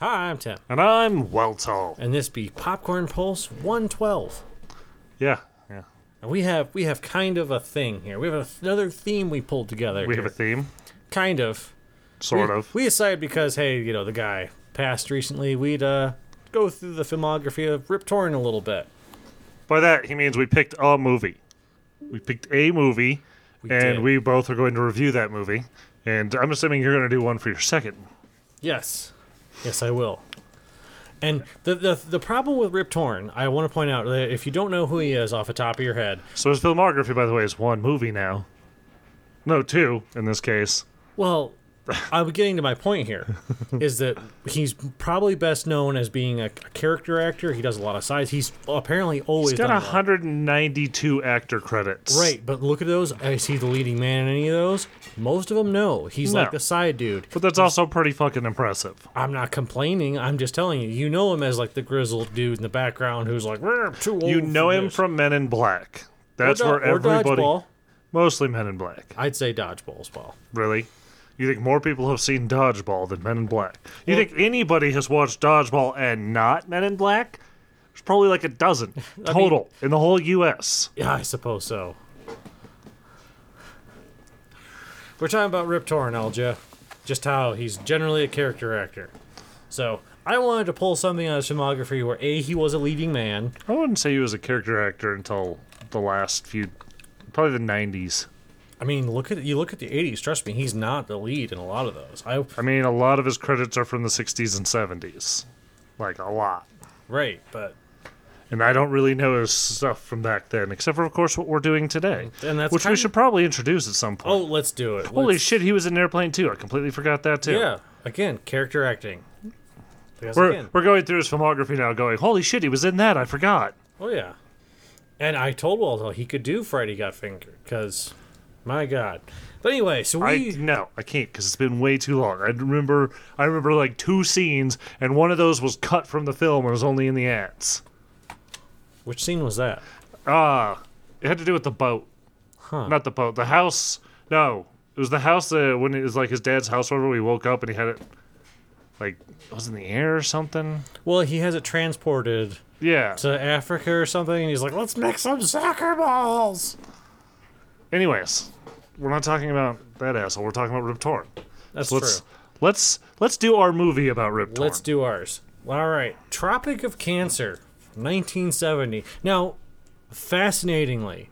Hi, I'm Tim, And I'm Welto. and this be Popcorn Pulse 112. Yeah, yeah. And we have we have kind of a thing here. We have another theme we pulled together. We here. have a theme, kind of sort we, of. We decided because hey, you know, the guy passed recently. We'd uh, go through the filmography of Rip Torn a little bit. By that, he means we picked a movie. We picked a movie, and did. we both are going to review that movie. And I'm assuming you're going to do one for your second. Yes, yes, I will. And the the the problem with Rip Torn, I want to point out that if you don't know who he is off the top of your head, So his filmography, by the way, is one movie now. No, two in this case. Well, I'm getting to my point here is that he's probably best known as being a, a character actor. He does a lot of sides. He's apparently always He's got done a lot. 192 actor credits. Right, but look at those. Is he the leading man in any of those? Most of them, no. He's No. like the side dude. But that's also pretty fucking impressive. I'm not complaining. I'm just telling you. You know him as like the grizzled dude in the background who's like, "We're too old. You know for him this." from Men in Black. Or That's do- where or everybody. Dodgeball. Mostly Men in Black. I'd say dodgeballs, Paul. Really? You think more people have seen Dodgeball than Men in Black? You think anybody has watched Dodgeball and not Men in Black? There's probably like a dozen total in the whole U.S. Yeah, I suppose so. We're talking about Rip Torn, Alja. Just how he's generally a character actor. So, I wanted to pull something out of his filmography where A, he was a leading man. I wouldn't say he was a character actor until the last few, probably the 90s. I mean, look at you look at the 80s, trust me, he's not the lead in a lot of those. I I mean, a lot of his credits are from the 60s and 70s. Like, a lot. right, but And I don't really know his stuff from back then, except for, of course, what we're doing today. And that's which we kind- should probably introduce at some oh, point. let's do it. Holy Let's- shit, he was in an airplane too. I completely forgot that too. Yeah, again, character acting. Because We're, again- we're going through his filmography now, going, holy shit, he was in that. I forgot. Oh yeah, and I told Waldo he could do Freddy Got Fingered because, my God. But anyway, so I we no, I can't because it's been way too long. I remember, I remember like two scenes, and one of those was cut from the film and was only in the ads. which scene was that? Ah, it had to do with the boat, Huh. not the boat, the house. No, it was the house that when it was like his dad's house. Whenever we woke up and he had it, like it was in the air or something. Well, he has it transported Yeah. to Africa or something, and he's like, "Let's make some soccer balls." Anyways, we're not talking about that asshole. We're talking about Rip Torn. That's Let's true. let's let's do our movie about Rip Torn. Let's do ours. All right, Tropic of Cancer, 1970. Now, fascinatingly,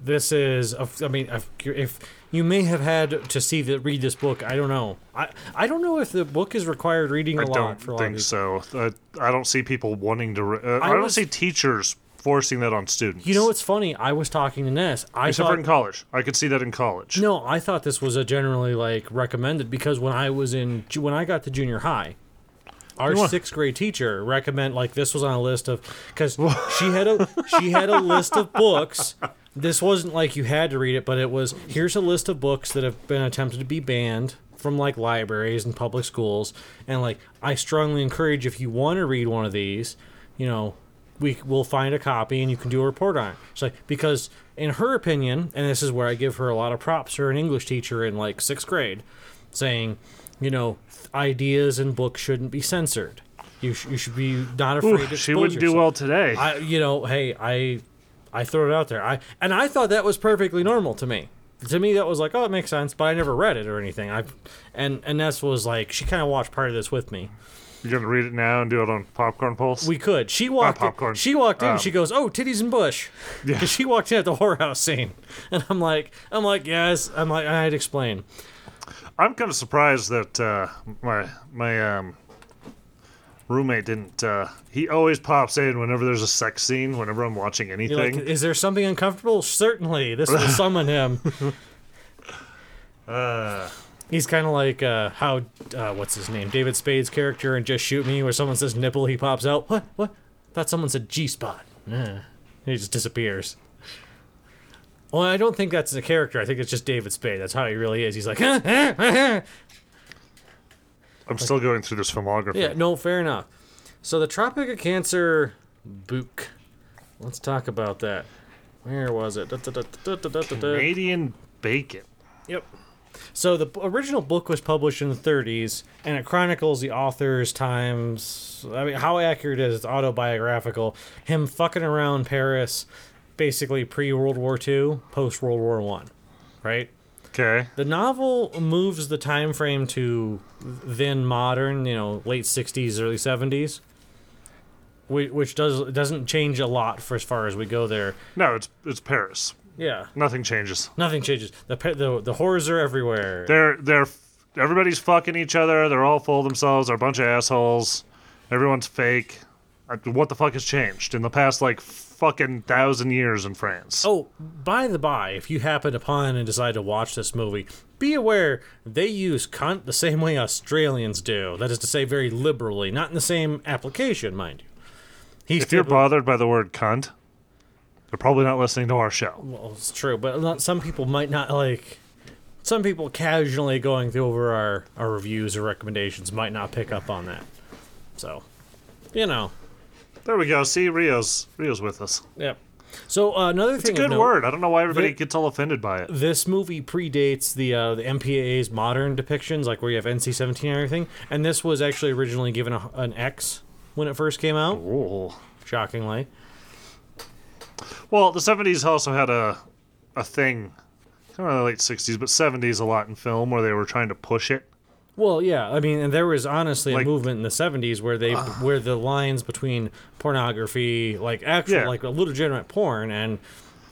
this is. a- I mean, if- if you may have had to see the read this book, I don't know. I I don't know if the book is required reading a I lot don't for a lot of think these- so. Uh, I don't see people wanting to. Re- uh, I, I don't was- see teachers forcing that on students. You know what's funny? I was talking to Ness. I Except for in thought, college, I could see that in college. no, I thought this was a generally like recommended because when I was in ju- when I got to junior high, our want- sixth grade teacher recommend like this was on a list of because she had a she had a list of books. This wasn't like you had to read it, but it was here's a list of books that have been attempted to be banned from like libraries and public schools, and like I strongly encourage if you want to read one of these, you know, we will find a copy and you can do a report on it. It's like because in her opinion, and this is where I give her a lot of props, her an English teacher in like sixth grade, saying, you know, th- ideas in books shouldn't be censored. You, sh- you should be not afraid. to she expose wouldn't do yourself." well today. I you know, hey, I I throw it out there. I and I thought that was perfectly normal to me. To me, that was like, oh, it makes sense, but I never read it or anything. I, and and Ness was like, she kind of watched part of this with me. You're gonna read it now and do it on Popcorn Pulse. We could. She walked. popcorn. In, she walked in. Um, she goes, "Oh, titties and bush." Yeah. She walked in at the whorehouse scene, and I'm like, I'm like, yes. I'm like, I'd explain. I'm kind of surprised that uh, my my um, roommate didn't. Uh, he always pops in whenever there's a sex scene. Whenever I'm watching You're anything, like, is there something uncomfortable? Certainly, this will summon him. He's kind of like uh, how uh, what's his name, David Spade's character in Just Shoot Me, where someone says nipple, he pops out. What? What? Thought someone said G spot. He just disappears. Well, I don't think that's the character. I think it's just David Spade. That's how he really is. He's like, I'm still going through this filmography. Yeah, no, fair enough. So the Tropic of Cancer book. Let's talk about that. Where was it? Da, da, da, da, da, da, da, da. Canadian bacon. Yep. So the b- original book was published in the 30s, and it chronicles the author's times. I mean, how accurate is it? It's autobiographical. Him fucking around Paris, basically pre World War II, post World War One, right? Okay. The novel moves the time frame to then modern, you know, late 60s, early 70s. whi- Which does doesn't change a lot for as far as we go there. No, it's it's Paris. Yeah, Nothing changes. nothing changes. The pe- the the horrors are everywhere. They're they're everybody's fucking each other. They're all full of themselves. They're a bunch of assholes. Everyone's fake. Uh, What the fuck has changed in the past like fucking thousand years in France? Oh, by the by, if you happen upon and decide to watch this movie, be aware they use cunt the same way Australians do. That is to say, very liberally, not in the same application, mind you. He's if you're bothered by the word cunt, they're probably not listening to our show. well, it's true, but not, some people might not like. Some people casually going through over our, our reviews or recommendations might not pick up on that. So, you know, There we go. See, Rio's Rio's with us. yep. So uh, another thing, of Good note- word. I don't know why everybody They- gets all offended by it. this movie predates the uh, the MPAA's modern depictions, like where you have NC seventeen and everything. And this was actually originally given a, an X when it first came out. Ooh. Shockingly, Well, the '70s also had a a thing, kind of the late '60s, but '70s a lot in film where they were trying to push it. well, yeah, I mean, and there was honestly Like- a movement in the seventies where they where the lines between pornography, like actual, Yeah. like legitimate porn, and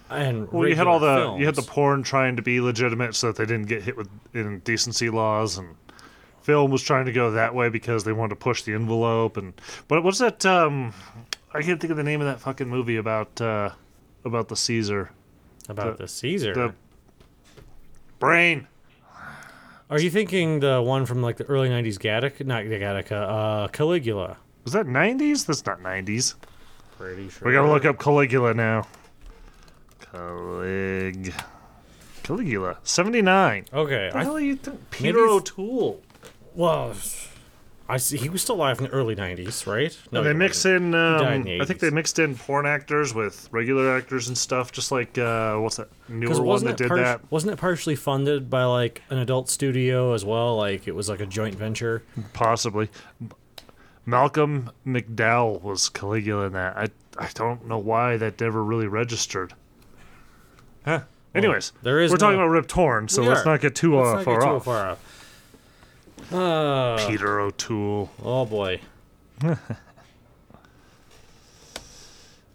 and Well, you had all the regular you had the films. porn trying to be legitimate so that they didn't get hit with indecency laws, and film was trying to go that way because they wanted to push the envelope. And but what's that? Um, I can't think of the name of that fucking movie about uh, about the Caesar, about the, Caesar. the brain. Are you thinking the one from like the early nineties Gattaca, not Gattaca, uh, Caligula? Was that '90s? That's not '90s. Pretty sure. We gotta look up Caligula now. Calig Caligula seventy nine. Okay, I hell are you doing? Maybe Peter it's- O'Toole. Well, I see. He was still alive in the early '90s, right? No, And they he mix wasn't. in. died Um, in the I think they 80s. mixed in porn actors with regular actors and stuff. Just like uh, what's that newer one wasn't it that did par- that? Wasn't it partially funded by like an adult studio as well? Like it was like a joint venture. Possibly. M- Malcolm McDowell was Caligula in that. I I don't know why that never really registered. Huh. Anyways, there is we're talking no- about Rip Torn, so We let's are. not get too uh, Let's not far get too off. far off. Uh, Peter O'Toole. oh boy.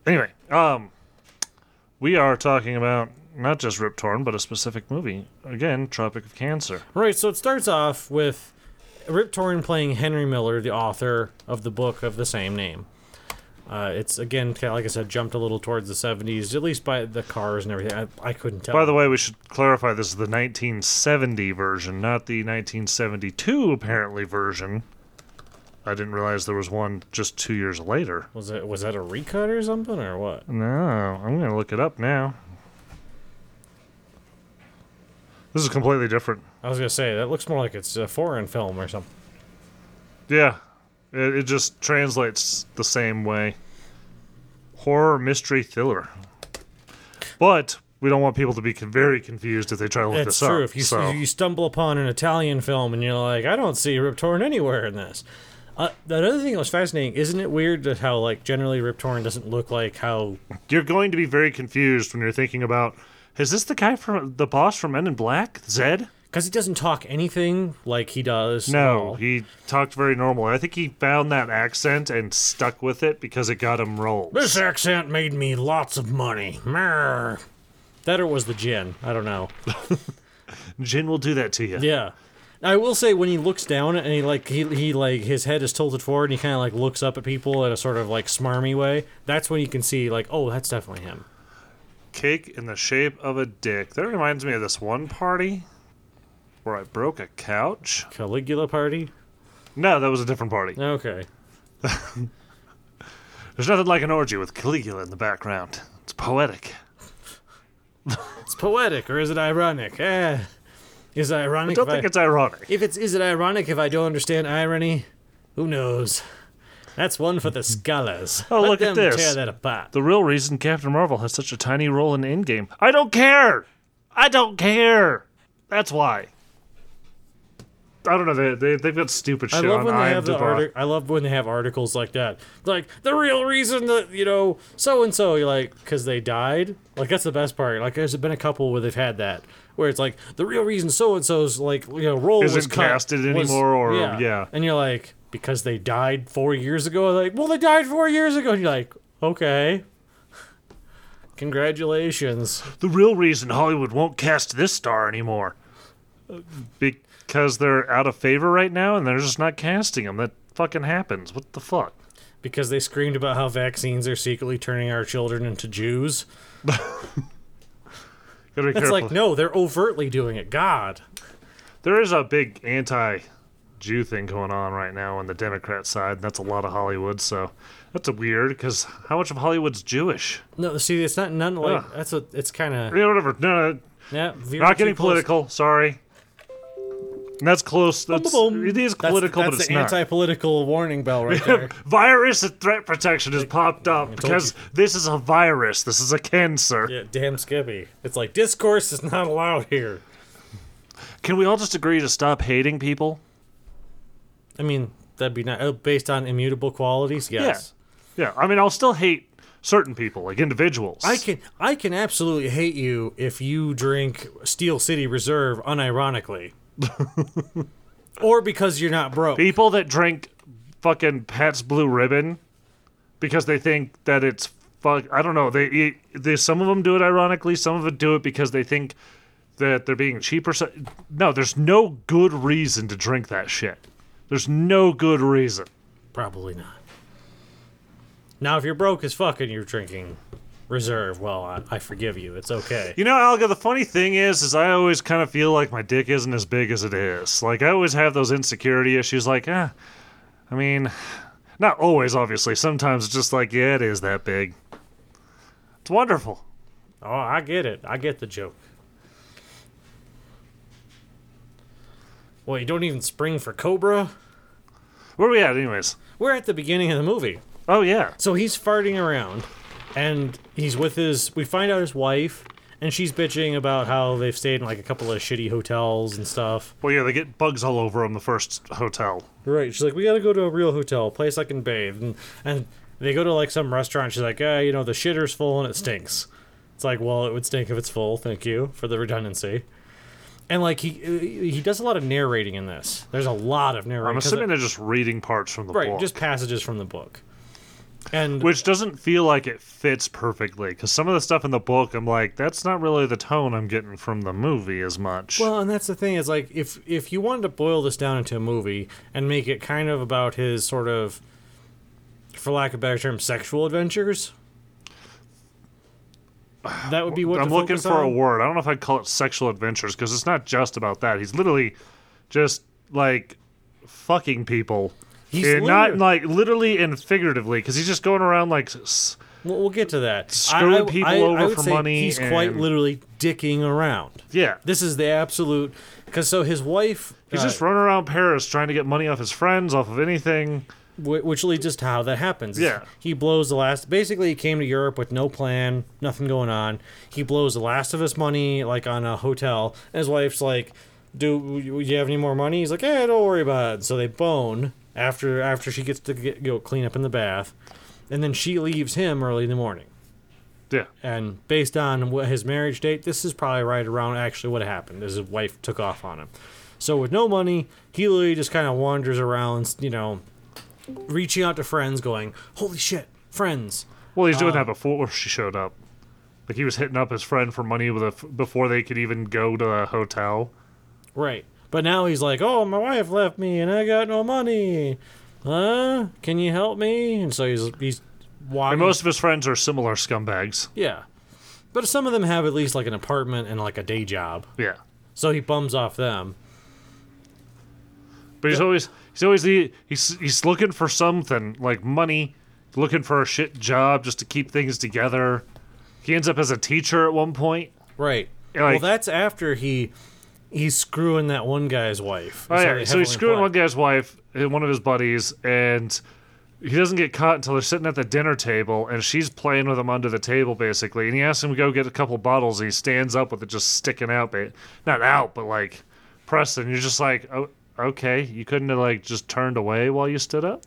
Anyway, um, we are talking about not just Rip Torn, but a specific movie. Again, Tropic of Cancer. Right. So it starts off with Rip Torn playing Henry Miller, the author of the book of the same name. Uh, it's again, kinda like I said, jumped a little towards the '70s, at least by the cars and everything. I, I couldn't tell. By the way, we should clarify this is the 1970 version, not the 1972 apparently version. I didn't realize there was one just two years later. was it was that a recut or something or what? No, I'm gonna look it up now. This is completely different. I was gonna say that looks more like it's a foreign film or something. Yeah, it, it just translates the same way. Horror, mystery, thriller. But we don't want people to be con- very confused if they try to look That's this true. up. If you so. if you stumble upon an Italian film and you're like, I don't see Rip Torn anywhere in this. Uh, the other thing that was fascinating, isn't it weird that how like generally Rip Torn doesn't look like how you're going to be very confused when you're thinking about is this the guy from the boss from Men in Black? Zed? because he doesn't talk anything like he does. at No, all. he talked very normal. I think he found that accent and stuck with it because it got him roles. This accent made me lots of money. Mer. That or was the gin. I don't know. Jin will do that to you. Yeah. I will say when he looks down and he like he, he like his head is tilted forward and he kind of like looks up at people in a sort of like smarmy way. That's when you can see like oh that's definitely him. Cake in the shape of a dick. That reminds me of this one party where I broke a couch. Caligula party. No, that was a different party. Okay. There's nothing like an orgy with Caligula in the background. It's poetic. It's poetic or is it ironic? Eh. Is it ironic? Don't if think I, it's ironic. if it's is it ironic if I don't understand irony? Who knows? That's one for the scholars. Oh, Let look them at this. Tear that apart. The real reason Captain Marvel has such a tiny role in Endgame. I don't care. I don't care. That's why. I don't know. They, they they've got stupid I shit love on when they have the IMDb. artic- I love when they have articles like that. Like the real reason that you know so and so, you're like, because they died. Like that's the best part. Like there's been a couple where they've had that where it's like the real reason so and so's like you know role was Isn't cut casted was- anymore or- yeah. and you're like because they died four years ago. Like well they died four years ago. And you're like okay, congratulations. The real reason Hollywood won't cast this star anymore because they're out of favor right now and they're just not casting them. That fucking happens. What the fuck? because they screamed about how vaccines are secretly turning our children into Jews. Gotta be It's careful. like, no, they're overtly doing it. God. There is a big anti Jew thing going on right now on the Democrat side, and that's a lot of Hollywood, so that's a weird because how much of Hollywood's Jewish? No, see, it's not none like Ugh. that's what it's kind of. Yeah, whatever. No, no Yeah, veer not too getting close. political. Sorry. And that's close. That's, Boom. it is That's- political, that's, but it's the not. anti-political warning bell right there. virus and threat protection has popped up because this is a virus. This is a cancer. yeah, damn Skippy. It's like discourse is not allowed here. Can we all just agree to stop hating people? I mean, that'd be not uh, based on immutable qualities. Yes, Yeah. I mean, I'll still hate certain people, like individuals. I can. I can absolutely hate you if you drink Steel City Reserve unironically, or because you're not broke. people that drink fucking Pat's Blue Ribbon because they think that it's fuck. I don't know. They, they some of them do it ironically. Some of them do it because they think that they're being cheaper. So, no, there's no good reason to drink that shit. There's no good reason. Probably not. Now, if you're broke as fuck and you're drinking reserve, well, I, I forgive you. It's okay. You know, Alga, the funny thing is, is I always kind of feel like my dick isn't as big as it is. Like, I always have those insecurity issues, like, eh, I mean, not always, obviously. Sometimes it's just like, yeah, it is that big. It's wonderful. Oh, I get it. I get the joke. Well, you don't even spring for Cobra? Where are we at, anyways? We're at the beginning of the movie. Oh, yeah. So he's farting around and he's with his. We find out his wife. And she's bitching about how they've stayed in like a couple of shitty hotels and stuff. Well, yeah, they get bugs all over them the first hotel. Right. She's like, we gotta go to a real hotel, a place I can bathe, and and they go to like some restaurant. She's like, ah, you know, the shitter's full and it stinks. It's like, well, it would stink if it's full. Thank you for the redundancy. And like he he does a lot of narrating in this. There's a lot of narrating. I'm 'cause assuming it- they're just reading parts from the right, book. just passages from the book. And which doesn't feel like it fits perfectly, because some of the stuff in the book, I'm like, that's not really the tone I'm getting from the movie as much. Well, and that's the thing is like if if you wanted to boil this down into a movie and make it kind of about his sort of, for lack of a better term, sexual adventures, that would be what I'm to looking focus for a on. word. I don't know if I'd call it sexual adventures because it's not just about that. He's literally just like fucking people. He's and not literally- like literally and figuratively because he's just going around like s- We'll, we'll get to that. Screwing people over would for say money He's quite and- literally dicking around. yeah. This is the absolute because so his wife. He's uh, just running around Paris trying to get money off his friends, off of anything. Wh- which leads us to how that happens. Yeah. He blows the last. Basically, he came to Europe with no plan, nothing going on. He blows the last of his money, like on a hotel. And his wife's like, "Do you you have any more money?" He's like, "Yeah, don't worry about it." So they bone after after she gets to get, go clean up in the bath, and then she leaves him early in the morning. Yeah. And based on what his marriage date, this is probably right around actually what happened. Is his wife took off on him. So with no money, he literally just kind of wanders around, you know, reaching out to friends, going, "Holy shit, friends!" Well, he's doing Uh. that before she showed up. Like he was hitting up his friend for money with a f before they could even go to a hotel. Right. But now he's like, "Oh, my wife left me, and I got no money. Huh? Can you help me?" And so he's he's walking. And most of his friends are similar scumbags. yeah. But some of them have at least like an apartment and like a day job, Yeah. so he bums off them. But he's always he's always the he's he's looking for something like money, looking for a shit job just to keep things together. He ends up as a teacher at one point. Right. well, like- that's after he he's screwing that one guy's wife. Oh, That's how yeah, they so he's heavily screwing imply. one guy's wife and one of his buddies, and he doesn't get caught until they're sitting at the dinner table, and she's playing with him under the table basically. And he asks him to go get a couple bottles, and he stands up with it just sticking out, ba- not out, but like pressed. And you're just like, oh, okay, you couldn't have like just turned away while you stood up.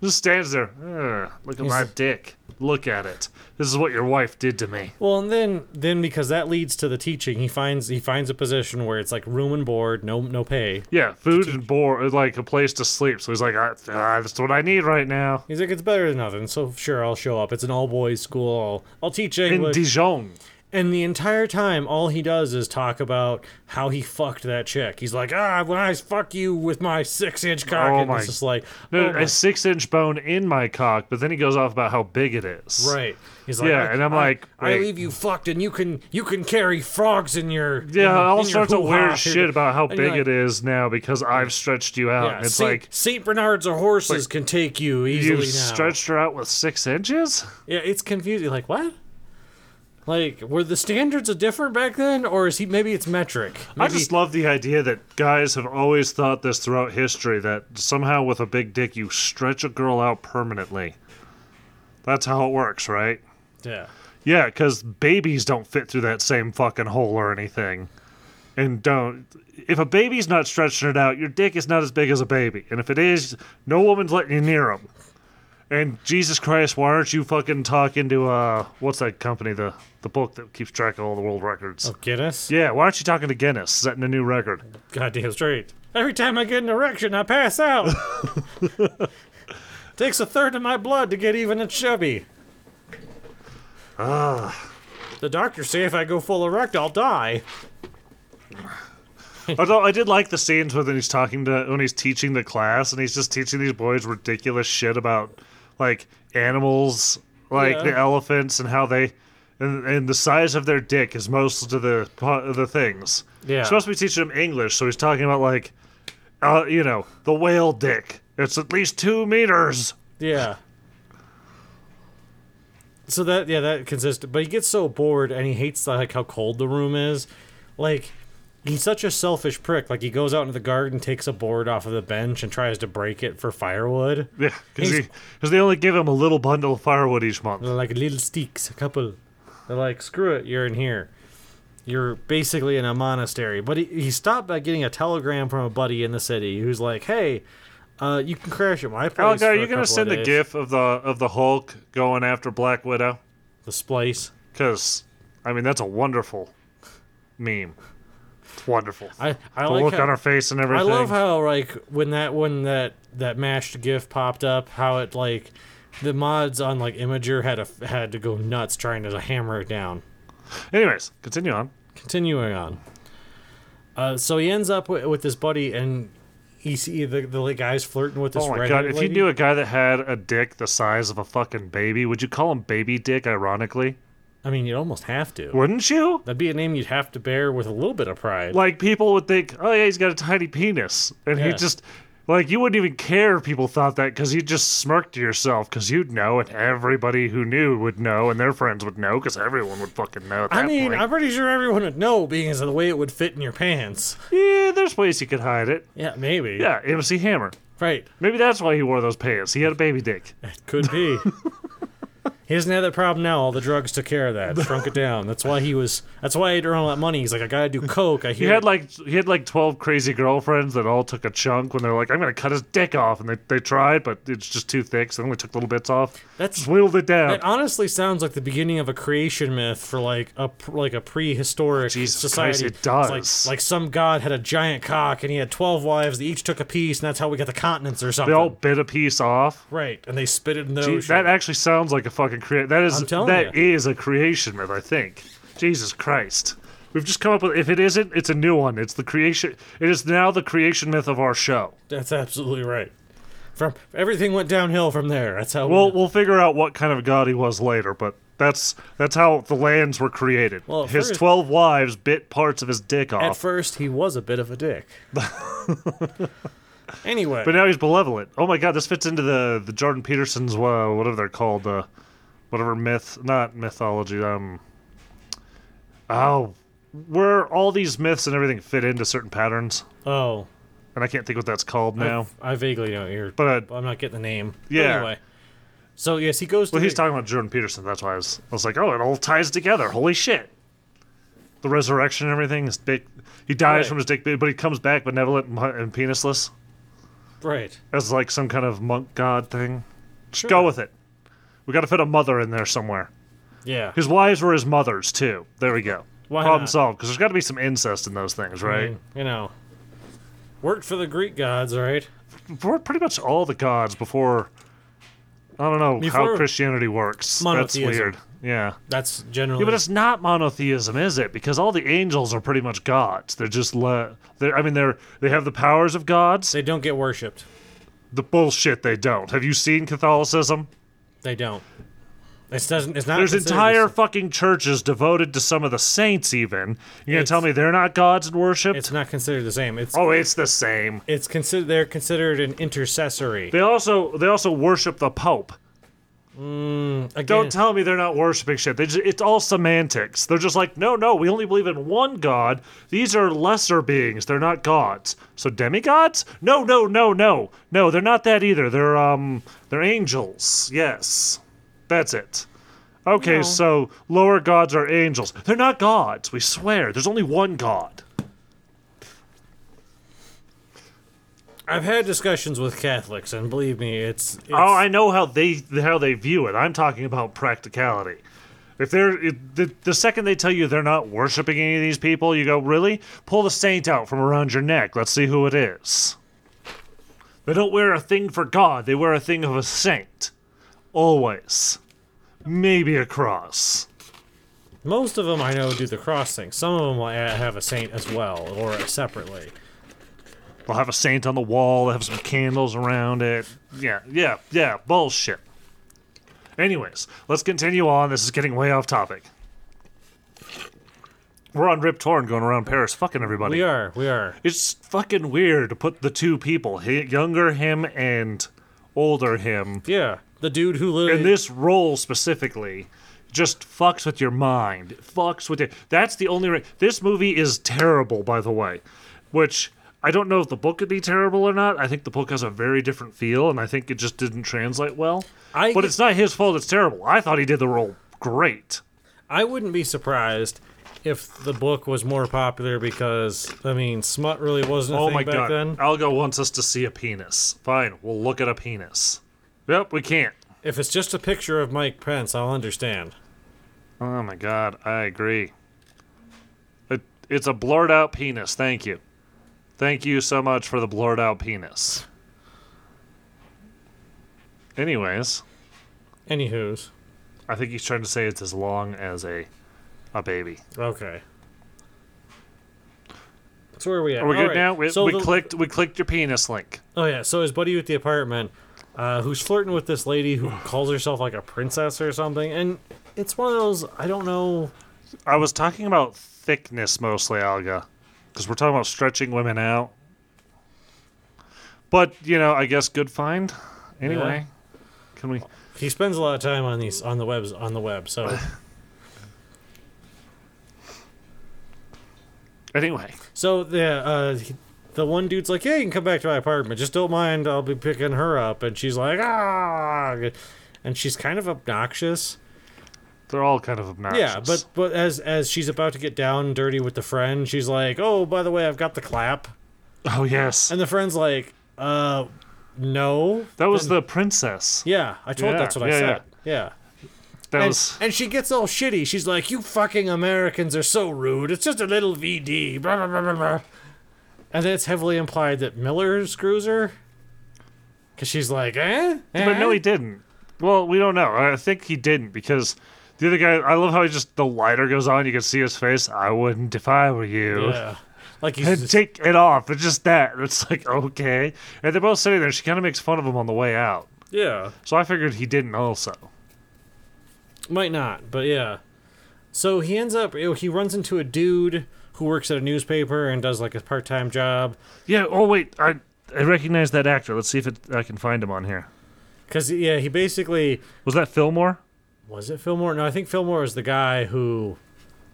Just stands there. "Ugh, look at He's- my dick. Look at it. This is what your wife did to me. Well, and then then because that leads to the teaching, he finds he finds a position where it's like room and board, no no pay. Yeah, food and board, like a place to sleep. So he's like, I, ah, that's what I need right now He's like, it's better than nothing, so sure, I'll show up. It's an all boys school. I'll, I'll teach in English. Dijon. and the entire time, all he does is talk about how he fucked that chick. He's like, ah, when I fuck you with my six inch cock, Oh and my- it's just like, No, oh my- a six-inch bone in my cock, but then he goes off about how big it is. right? He's like, Yeah, I- and I'm I- like, I, wait. leave you fucked, and you can you can carry frogs in your Yeah, in- all in your sorts of hoo-ha." weird shit about how And big you're like, it is now because I've stretched you out. Yeah, and it's Saint, like Saint Bernards or horses can take you easily you now. stretched her out with six inches. Yeah, it's confusing. Like what? Like were the standards different back then, or is he maybe it's metric? I Maybe, just love the idea that guys have always thought this throughout history that somehow with a big dick you stretch a girl out permanently. That's how it works, right? yeah. Yeah, because babies don't fit through that same fucking hole or anything. And don't. If a baby's not stretching it out, your dick is not as big as a baby. And if it is, no woman's letting you near them. And Jesus Christ, why aren't you fucking talking to, uh, what's that company? The, the book that keeps track of all the world Oh. records. Guinness. Yeah, why aren't you talking to Guinness, setting a new record? Goddamn straight. Every time I get an erection, I pass out. Takes a third of my blood to get even a chubby. Ah. The doctors say if I go full erect, I'll die. Although I did like the scenes when he's talking to when he's teaching the class and he's just teaching these boys ridiculous shit about like animals, like Yeah. the elephants and how they and, and the size of their dick is most of the of the things. Yeah. He's supposed to be teaching them English, so he's talking about like, uh, you know, the whale dick. It's at least two meters. Yeah. So that yeah, that consistent. But he gets so bored and he hates like how cold the room is. Like he's such a selfish prick. Like he goes out into the garden, takes a board off of the bench and tries to break it for firewood. Yeah, He's- Oh, because they only give him a little bundle of firewood each month. They're like little sticks, a couple. They're like, screw it, you're in here. You're basically in a monastery. But he, he stopped by getting a telegram from a buddy in the city who's like, hey, uh, you can crash at my place. Alec, for a are Oh, you couple gonna of send a days." gif of the of the Hulk going after Black Widow? The splice. Because, I mean, that's a wonderful meme. It's wonderful. I, I the like look how- on her face and I everything. love how like when that when that that mashed GIF popped up, how it like the mods on like Imager had a had to go nuts trying to hammer it down. Anyways, continue on. Continuing on, uh, so he ends up with, with this buddy, and he see the the guy's flirting with this Oh my red god, if you knew a guy that had a dick the size of a fucking baby, would you call him baby dick, ironically? I mean, you'd almost have to. Wouldn't you? That'd be a name you'd have to bear with a little bit of pride. Like, people would think, oh yeah, he's got a tiny penis. And he Yeah. just, like, you wouldn't even care if people thought that because you'd just smirk to yourself because you'd know and everybody who knew would know and their friends would know because everyone would fucking know at that I mean, point. I'm pretty sure everyone would know, being as the way it would fit in your pants. yeah, there's ways you could hide it. Yeah, maybe. Yeah, MC Hammer. Right. Maybe that's why he wore those pants. He had a baby dick. Could be. he doesn't have that problem now. All the drugs took care of that, shrunk it down. That's why he was. That's why he earned all that money. He's like, I gotta do coke. I He hear. had like he had like twelve crazy girlfriends that all took a chunk when they're like, I'm gonna cut his dick off, and they, they tried, but it's just too thick, so they only took little bits off. That's- just whittled it down. that honestly sounds like the beginning of a creation myth for like a pr- like a prehistoric Jesus society. Christ, it does. It's Like, like some god had a giant cock and he had twelve wives. They each took a piece, and that's how we got the continents or they something. all bit a piece off. right, and they spit it in the Gee, ocean. that actually sounds like a fucking create. That is Oh, I'm telling that is a creation myth, I think. Jesus Christ. We've just come up with if it isn't, it's a new one. It's the creation it is now the creation myth of our show. that's absolutely right. From everything went downhill from there. That's how. We'll we'll figure out what kind of god he was later, but that's that's how the lands were created. Well, at his first- twelve wives bit parts of his dick at off, first, he was a bit of a dick. anyway, but now he's malevolent. Oh my god, this fits into the the Jordan Peterson's uh, whatever they're called, uh, whatever myth, not mythology. Um, oh, where all these myths and everything fit into certain patterns, oh. and I can't think what that's called now. I vaguely know what you're, but But uh, I'm not getting the name. But Yeah. Anyway, so yes, he goes. To well, he's the- talking about Jordan Peterson. That's why I was I was like, oh, it all ties together. Holy shit. the resurrection and everything. His dick, he dies Right. from his dick, but he comes back benevolent and, and penisless Right. as like some kind of monk god thing. Just go with it. We got to fit a mother in there somewhere. Yeah. His wives were his mothers too. There we go. Why Problem not? solved. Because there's got to be some incest in those things, I right? mean, you know, worked for the Greek gods, right? For pretty much all the gods before. I don't know how Before Christianity works. monotheism. That's weird. Yeah. That's generally. Yeah, but it's not monotheism, is it? Because all the angels are pretty much gods. They're just le- they're, I mean, they're they have the powers of gods. they don't get worshipped. The bullshit they don't. Have you seen Catholicism? They don't. It doesn't. It's not. There's considered entire a- fucking churches devoted to some of the saints. Even you're gonna It's- tell me they're not gods and worship? It's not considered the same. It's Oh, it's the same. it's considered. They're considered an intercessory. They also they also worship the Pope. Again, Don't tell me they're not worshiping shit. They just, it's all semantics. They're just like, no, no, we only believe in one god. These are lesser beings. They're not gods. So demigods? No, no, no, no, no. They're not that either. They're um, they're angels. Yes, that's it. Okay, No. so lower gods are angels. They're not gods. We swear. There's only one god. I've had discussions with Catholics, and believe me, it's. it's Oh, I know how they how they view it. I'm talking about practicality. If they're if the, the second they tell you they're not worshiping any of these people, you go really pull the saint out from around your neck. Let's see who it is. They don't wear a thing for God. They wear a thing of a saint, always. Maybe a cross. most of them I know do the cross thing. Some of them will a- have a saint as well, or separately. They'll have a saint on the wall. They'll have some candles around it. Yeah, yeah, yeah. Bullshit. Anyways, let's continue on. This is getting way off topic. We're on Rip Torn going around Paris fucking everybody. We are. We are. It's fucking weird to put the two people, hi- younger him and older him, Yeah. The dude who literally. in this role specifically just fucks with your mind. Fucks with it. That's the only re- this movie is terrible by the way, which I don't know if the book could be terrible or not. I think the book has a very different feel and I think it just didn't translate well. I but get- it's not his fault it's terrible. I thought he did the role great. I wouldn't be surprised if the book was more popular because I mean, smut really wasn't a Oh thing my back god. then. Algo wants us to see a penis. Fine, we'll look at a penis. Yep, we can't. If it's just a picture of Mike Pence, I'll understand. Oh my god, I agree. It, it's a blurred out penis. Thank you. Thank you so much for the blurred out penis. Anyways, Anywho's. I think he's trying to say it's as long as a a baby. Okay. So where are we at? Are we All good right. now? We, so we the- clicked we clicked your penis link. Oh yeah. So his buddy at the apartment, uh, who's flirting with this lady who calls herself like a princess or something, and it's one of those I don't know. I was talking about thickness mostly, Alga, because we're talking about stretching women out. But, you know, I guess good find. Anyway, can we He spends a lot of time on these on the webs on the web. So Anyway, so the uh, he- the one dude's like, yeah, you can come back to my apartment. Just don't mind. I'll be picking her up, and she's like, ah, and she's kind of obnoxious. they're all kind of obnoxious. Yeah, but but as as she's about to get down and dirty with the friend, she's like, "Oh, by the way, I've got the clap," Oh yes, and the friend's like, "Uh, no." that was the princess. Yeah, I told Yeah, that's what yeah, I said. Yeah. That And, was and she gets all shitty. She's like, "You fucking Americans are so rude. It's just a little VD." Blah, blah, blah, blah, blah. And then it's heavily implied that Miller screws her, because she's like, "Eh?" But no, Eh?" he didn't. Well, we don't know. I think he didn't because the other guy. I love how he just the lighter goes on. You can see his face. I wouldn't if I were you. Yeah. Like he's And just- take it off. It's just that. It's like okay. And they're both sitting there. She kind of makes fun of him on the way out. yeah. So I figured he didn't also. Might not, but yeah. So he ends up he runs into a dude who works at a newspaper and does like a part-time job Yeah. Oh wait. I I recognize that actor. Let's see if it, I can find him on here. cuz yeah, he basically Was that Fillmore? was it Fillmore? No, I think Fillmore is the guy who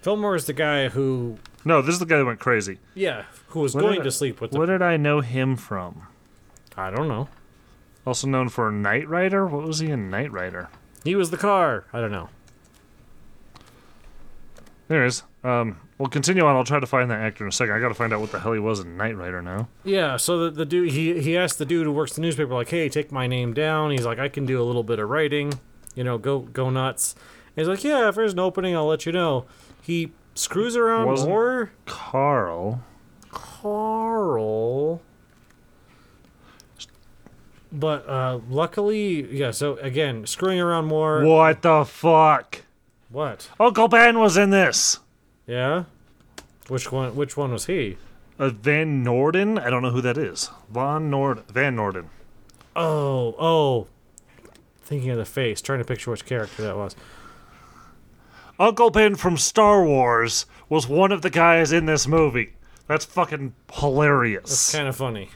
Fillmore is the guy who No, this is the guy that went crazy. yeah, who was What going did I- to sleep with the What did I know him from? I don't know. Also known for Knight Rider. What was he in Knight Rider? He was the car. I don't know. There is. Um, we'll continue on. I'll try to find that actor in a second. I got to find out what the hell he was in Knight Rider now. Yeah, so the, the dude he he asked the dude who works the newspaper like, "Hey, take my name down." He's like, "I can do a little bit of writing, you know, go go nuts." And he's like, "Yeah, if there's an opening, I'll let you know." He screws around Wasn't- more. Carl. Carl. But uh, luckily, yeah. So again, screwing around more. What the fuck? What? Uncle Ben was in this. Yeah. Which one? Which one was he? Uh, Van Norden. I don't know who that is. Von Nord. Van Norden. Oh, oh. Thinking of the face, trying to picture which character that was. Uncle Ben from Star Wars was one of the guys in this movie. That's fucking hilarious. Kind of funny.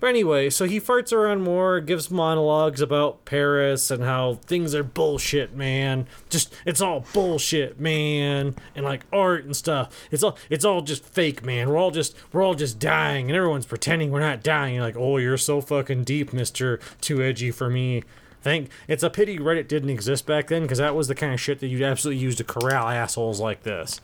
But anyway, so he farts around more, gives monologues about Paris and how things are bullshit, man. Just it's all bullshit, man, and like art and stuff. It's all it's all just fake, man. We're all just we're all just dying, and everyone's pretending we're not dying. You're like, oh, you're so fucking deep, Mister. Too edgy for me. Thank. It's a pity Reddit didn't exist back then, because that was the kind of shit that you'd absolutely use to corral assholes like this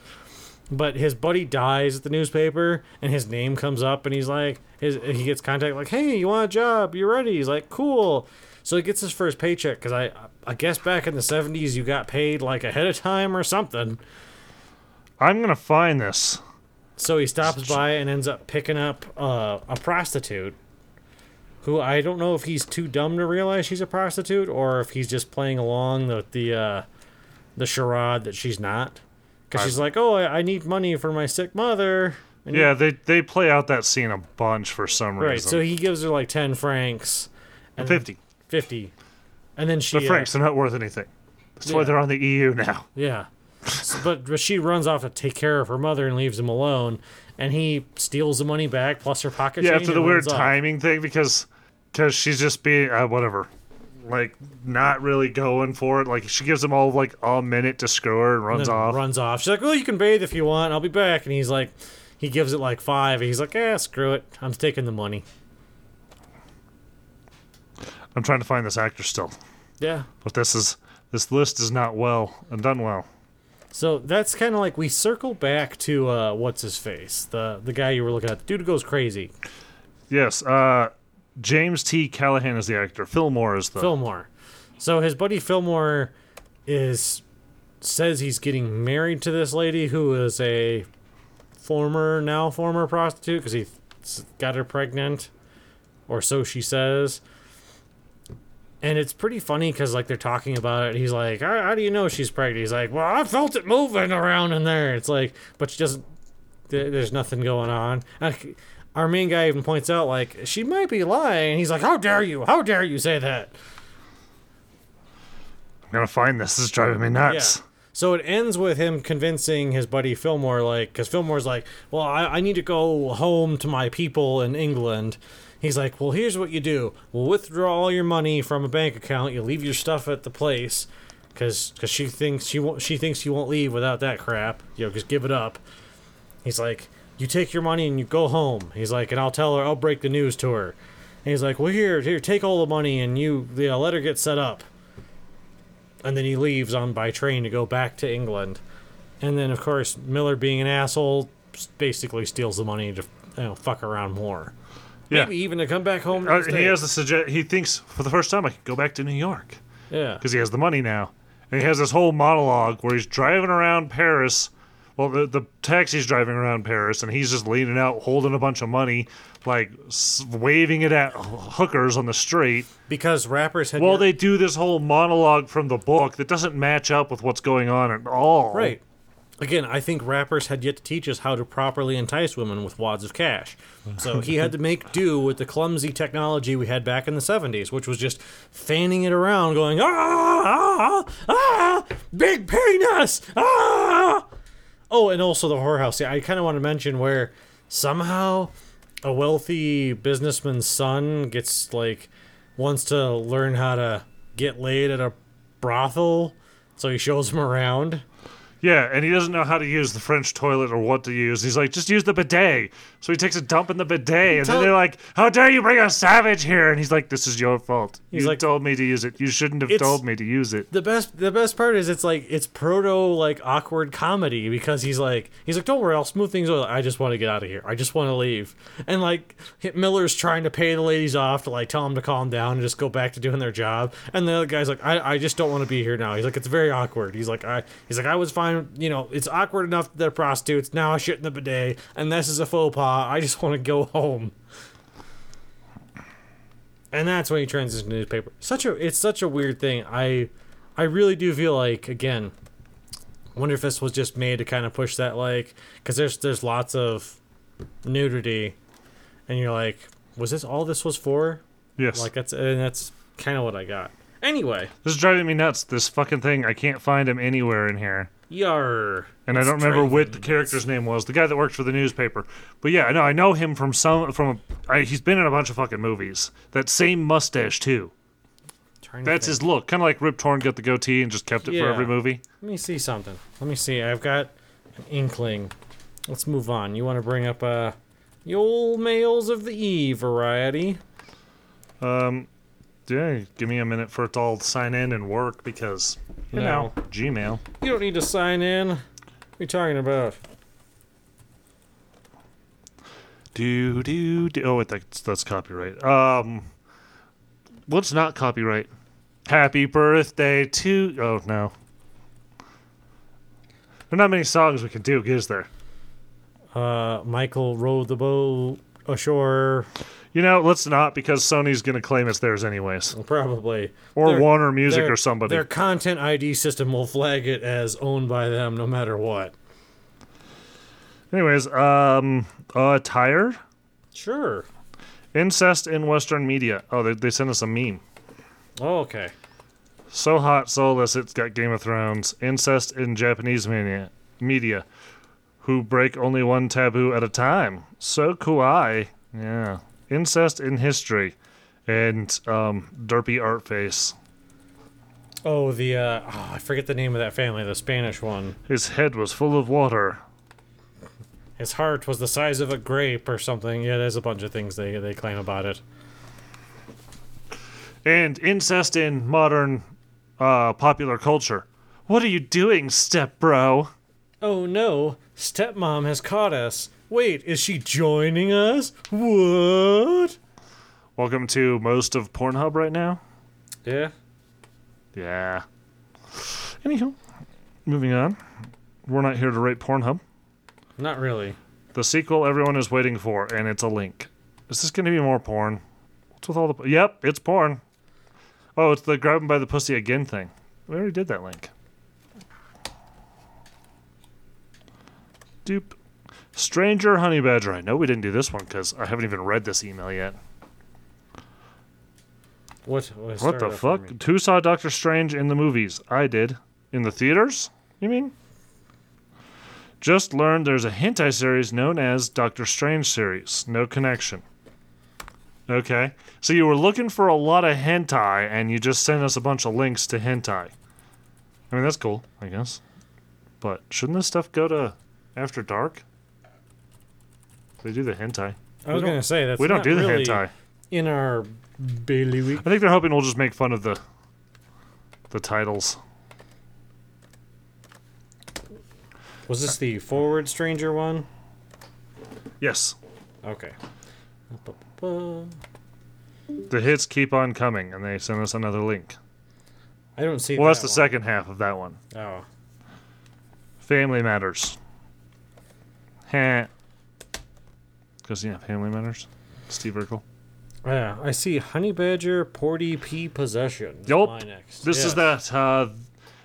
but his buddy dies at the newspaper and his name comes up and he's like his, he gets contact like hey you want a job you ready he's like cool so he gets his first paycheck because I, I guess back in the 70s you got paid like ahead of time or something I'm gonna find this. so he stops by and ends up picking up uh, a prostitute who i don't know if he's too dumb to realize she's a prostitute or if he's just playing along the the, uh, the charade that she's not because she's like oh I, I need money for my sick mother and Yeah, they they play out that scene a bunch for some Right. reason. So he gives her like ten francs, fifty. fifty, and then she uh, The francs are not worth anything. That's why Yeah. they're on the EU now. Uh, yeah. S- but but she runs off to take care of her mother and leaves him alone, and he steals the money back plus her pocket. Yeah, change after the and weird runs off. timing thing, because because she's just being uh, whatever, like not really going for it. Like she gives them all like a minute to screw her and And runs then off. Runs off. She's like, "Well, you can bathe if you want. I'll be back." And he's like, he gives it like five. And he's like, "Yeah, screw it. I'm taking the money." I'm trying to find this actor still, Yeah. but this is this list is not well and done well. So that's kind of like we circle back to uh, what's his face, the the guy you were looking at. The dude who goes crazy, Yes, uh, James T. Callahan is the actor. Fillmore is the Fillmore. So his buddy Fillmore is says he's getting married to this lady who is a former now former prostitute because he th- got her pregnant or so she says and it's pretty funny because like they're talking about it he's like how, how do you know she's pregnant he's like well i felt it moving around in there it's like but she doesn't there- there's nothing going on. Like, Our main guy even points out, like, she might be lying. He's like, How dare you? How dare you say that? I'm gonna find this. This is driving me nuts. So it ends with him convincing his buddy Fillmore, like, because Fillmore's like, Well, I, I need to go home to my people in England. He's like, Well, here's what you do we'll withdraw all your money from a bank account, you leave your stuff at the place. Because she thinks she won't, she thinks you won't leave without that crap. You know, just give it up. He's like, "You take your money and you go home." He's like, "And I'll tell her, I'll break the news to her." And he's like, "Well, here, here, take all the money and you, you know, let her get set up." And then he leaves on by train to go back to England. And then, of course, Miller, being an asshole, s- basically steals the money to you know, fuck around more. Yeah, Maybe even to come back home. Uh, To he has the suggest. He thinks for the first time I could go back to New York yeah. because he has the money now, and he has this whole monologue where he's driving around Paris. Well, the, the taxi's driving around Paris, and he's just leaning out, holding a bunch of money, like s- waving it at h- hookers on the street. Because rappers had. Well, they do this whole monologue from the book that doesn't match up with what's going on at all. Right. Again, I think rappers had yet to teach us how to properly entice women with wads of cash. So he had to make do with the clumsy technology we had back in the 70s, which was just fanning it around, going, ah, ah, ah, big penis, ah. Oh, and also the whorehouse. Yeah, I kind of want to mention where somehow a wealthy businessman's son gets like wants to learn how to get laid at a brothel, so he shows him around. Yeah, and he doesn't know how to use the French toilet or what to use. He's like, just use the bidet. So he takes a dump in the bidet, and Tell- then they're like, how dare you bring a savage here? And he's like, this is your fault. He's you like- told me to use it. You shouldn't have It's- told me to use it. the best the best part is it's like it's proto like awkward comedy because he's like he's like don't worry I'll smooth things over I just want to get out of here I just want to leave and like Hit- Miller's trying to pay the ladies off to like tell them to calm down and just go back to doing their job and the other guy's like I, I just don't want to be here now he's like it's very awkward he's like I he's like I was fine you know it's awkward enough that they're prostitutes now I shit in the bidet and this is a faux pas I just want to go home and that's when he transitioned to newspaper. Such a it's such a weird thing. I I really do feel like again, wonder if this was just made to kind of push that like because there's there's lots of nudity, and you're like, was this all this was for? Yes. Like that's and that's kind of what I got. Anyway, this is driving me nuts. This fucking thing, I can't find him anywhere in here. yar. And I don't remember what the character's name was. The guy that worked for the newspaper. But yeah, I know I know him from some from. A, I, he's been in a bunch of fucking movies. That same mustache too. That's his look, kind of like Rip Torn got the goatee and just kept it for Yeah. every movie. Let me see something. Let me see. I've got an inkling. Let's move on. You want to bring up uh, the old males of the E variety? Yeah, give me a minute for it to all sign in and work because you No. know Gmail. You don't need to sign in. What are you talking about? Do do do. Oh, wait, that's that's copyright. Um, what's not copyright? Happy birthday to. Oh no. There are not many songs we can do, is there? Uh, Michael rowed the boat ashore, You know, let's not because Sony's going to claim it's theirs anyways, probably. or Their- Warner Music their- or somebody. Their content ID system will flag it as owned by them no matter what. Anyways, um, uh, tire Sure. incest in Western media. Oh, they they sent us a meme. Oh, okay. So hot, so illicit. It's got Game of Thrones incest in Japanese media. Media, who break only one taboo at a time. So kawaii. Yeah, incest in history, and um, derpy art face. Oh, the, uh, oh, I forget the name of that family, the Spanish one. His head was full of water. His heart was the size of a grape or something. Yeah, there's a bunch of things they, they claim about it. and incest in modern uh, popular culture. What are you doing, step bro? Oh no, stepmom has caught us. Wait, is she joining us? What? Welcome to most of Pornhub right now. Yeah. Yeah. Anywho, moving on. We're not here to rate Pornhub. Not really. The sequel everyone is waiting for, and it's a link. Is this going to be more porn? What's with all the? Yep, it's porn. Oh, it's the grabbing by the pussy again thing. We already did that link. Doop. Stranger honey badger. I know we didn't do this one because I haven't even read this email yet. What? What start the it for fuck? me. Who saw Doctor Strange in the movies? I did. In the theaters? You mean? Just learned there's a hentai series known as Doctor Strange series. No connection. Okay. So you were looking for a lot of hentai and you just sent us a bunch of links to hentai. I mean, that's cool, I guess. But shouldn't this stuff go to After Dark? They do the hentai. I was gonna say that's We don't not do the really hentai. in our bailiwick. I think they're hoping we'll just make fun of the the titles. Was this the forward stranger one? Yes. Okay. Ba-ba-ba. The hits keep on coming, and they send us another link. I don't see. Well, that's that the second half of that one. one. Oh, Family Matters. Heh. Because, yeah, Family Matters. Steve Urkel. yeah. I see honey badger porty p possession. is Yup. My next. This is Yeah. that. Uh,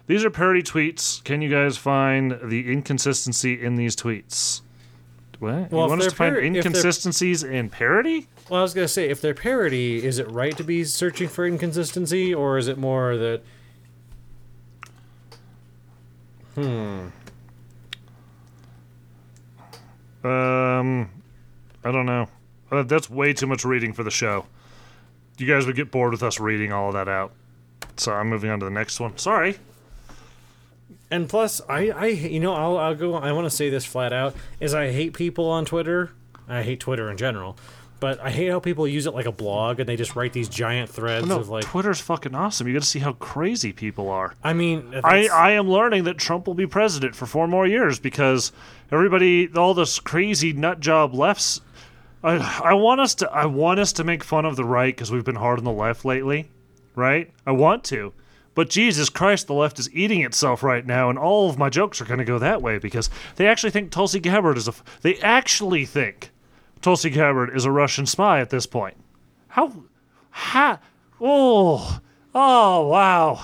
these are parody tweets. Can you guys find the inconsistency in these tweets? What? Well, you if want us they're to find par- if they're- inconsistencies in parody? Well, I was gonna say if they're parody, is it right to be searching for inconsistency, or is it more that? Um, I don't know. Uh, that's way too much reading for the show. You guys would get bored with us reading all of that out. So I'm moving on to the next one. Sorry. And plus, I, I you know, I'll, I'll go. I want to say this flat out: is I hate people on Twitter. I hate Twitter in general, but I hate how people use it like a blog and they just write these giant threads Oh, No, of like. Twitter's fucking awesome. You got to see how crazy people are. I mean, I, that's- I am learning that Trump will be president for four more years because everybody, all this crazy nut job lefts. I, I want us to I want us to make fun of the right because we've been hard on the left lately, right? I want to, but Jesus Christ, the left is eating itself right now, and all of my jokes are going to go that way because they actually think Tulsi Gabbard is a. f- They actually think Tulsi Gabbard is a Russian spy at this point. How, how, oh, oh wow.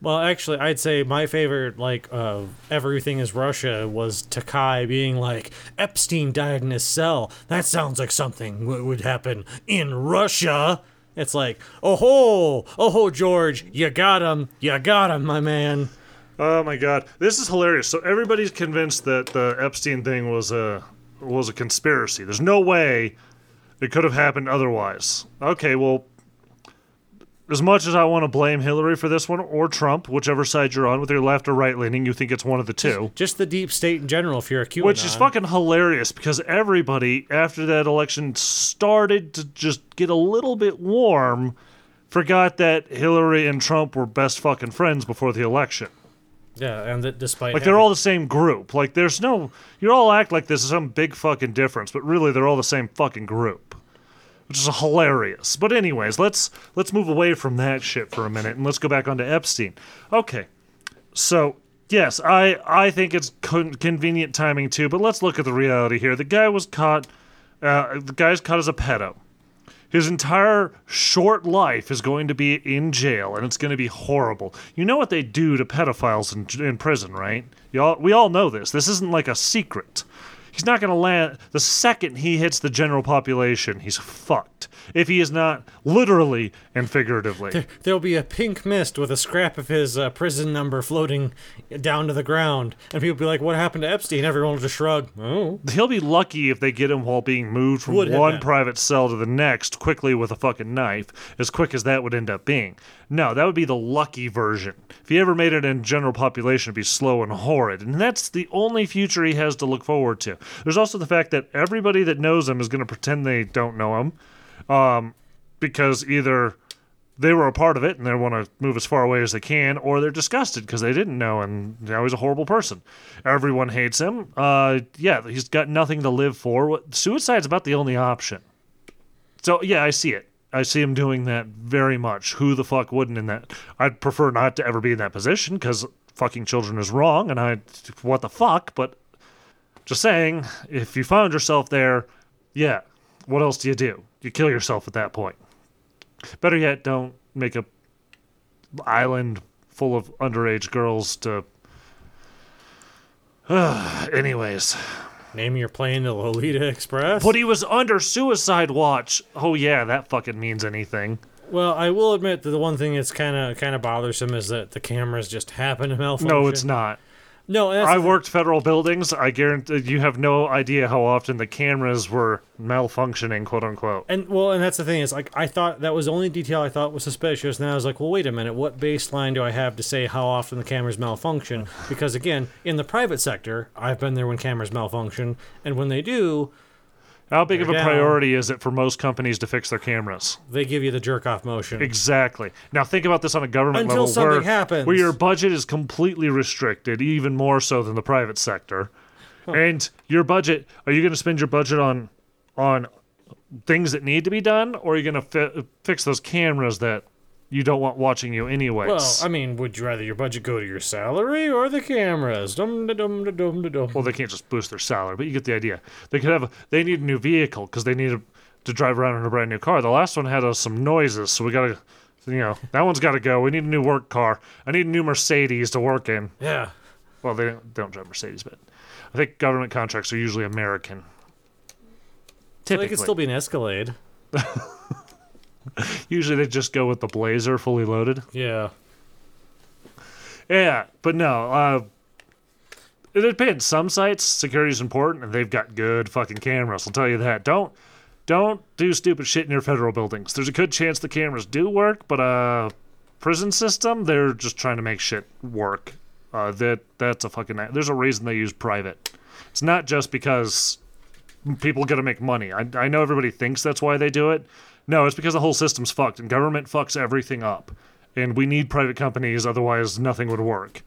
Well, actually, I'd say my favorite, like, uh, everything is Russia was Takai being like, Epstein died in his cell. That sounds like something w- would happen in Russia. It's like, oh ho, oh ho, George, you got him, you got him, my man. Oh my god, this is hilarious. So everybody's convinced that the Epstein thing was a was a conspiracy. There's no way it could have happened otherwise. Okay, well, as much as I want to blame Hillary for this one or Trump, whichever side you're on, whether you're left or right leaning, you think it's one of the two. Just the deep state in general, if you're a QAnon. Which is fucking hilarious because everybody after that election started to just get a little bit warm, forgot that Hillary and Trump were best fucking friends before the election. Yeah, and that despite. Like they're all the same group. Like there's no you all act like this is some big fucking difference, but really they're all the same fucking group. Which is hilarious. But anyways, let's let's move away from that shit for a minute and let's go back onto Epstein. Okay. So yes, I I think it's con- convenient timing too, but let's look at the reality here. The guy was caught uh, the guy's caught as a pedo. His entire short life is going to be in jail, and it's going to be horrible. You know what they do to pedophiles in, in prison, right? Y'all, we all know this. This isn't like a secret. He's not going to land. The second he hits the general population, he's fucked. If he is not literally and figuratively. There'll be a pink mist with a scrap of his uh, prison number floating down to the ground, and people be like, "What happened to Epstein?" Everyone will just shrug. Oh, He'll be lucky if they get him while being moved from Would have one been. private cell to the next quickly with a fucking knife, as quick as that would end up being. No, that would be the lucky version. If he ever made it in general population, it'd be slow and horrid. And that's the only future he has to look forward to. There's also the fact that everybody that knows him is going to pretend they don't know him um, because either they were a part of it and they want to move as far away as they can, or they're disgusted because they didn't know and now he's a horrible person. Everyone hates him. Uh, yeah, he's got nothing to live for. What- Suicide's about the only option. So yeah, I see it. I see him doing that very much. Who the fuck wouldn't in that? I'd prefer not to ever be in that position because fucking children is wrong, and I what the fuck. But just saying, if you found yourself there, yeah, what else do you do? You kill yourself at that point. Better yet, don't make a island full of underage girls to. anyways, Name your plane the Lolita Express. but he was under suicide watch. Oh yeah, that fucking means anything. well, I will admit that the one thing that's kind of kind of bothersome is that the cameras just happen to malfunction. No, it's not. No, that's, I worked federal buildings. I guarantee you have no idea how often the cameras were malfunctioning, quote unquote. and well, and that's the thing is like I thought that was the only detail I thought was suspicious, and I was like, well, wait a minute, what baseline do I have to say how often the cameras malfunction? Because again, in the private sector, I've been there when cameras malfunction, and when they do, How big of a down. priority is it for most companies to fix their cameras? they give you the jerk off motion. Exactly. Now think about this on a government Until level, something where, happens. where your budget is completely restricted, even more so than the private sector. And your budget, are you going to spend your budget on on things that need to be done, or are you going to fi- fix those cameras that you don't want watching you anyways? Well, I mean, would you rather your budget go to your salary or the cameras? Dum da dum da dum da dum. well, they can't just boost their salary, but you get the idea. They could have. A, they need a new vehicle because they need a, to drive around in a brand new car. The last one had uh, some noises, so we gotta, you know, that one's gotta go. We need a new work car. I need a new Mercedes to work in. Yeah. Well, they don't, they don't drive Mercedes, but I think government contracts are usually American. So they Typically, could still be an Escalade. usually they just go with the Blazer fully loaded. Yeah. Yeah, but no. Uh, it depends. Some sites security's important, and they've got good fucking cameras. I'll tell you that. Don't don't do stupid shit near federal buildings. There's a good chance the cameras do work, but uh, prison system they're just trying to make shit work Uh, that that's a fucking. There's a reason they use private. It's not just because people got to make money. I, I know everybody thinks that's why they do it. No, it's because the whole system's fucked and government fucks everything up. And we need private companies, otherwise nothing would work.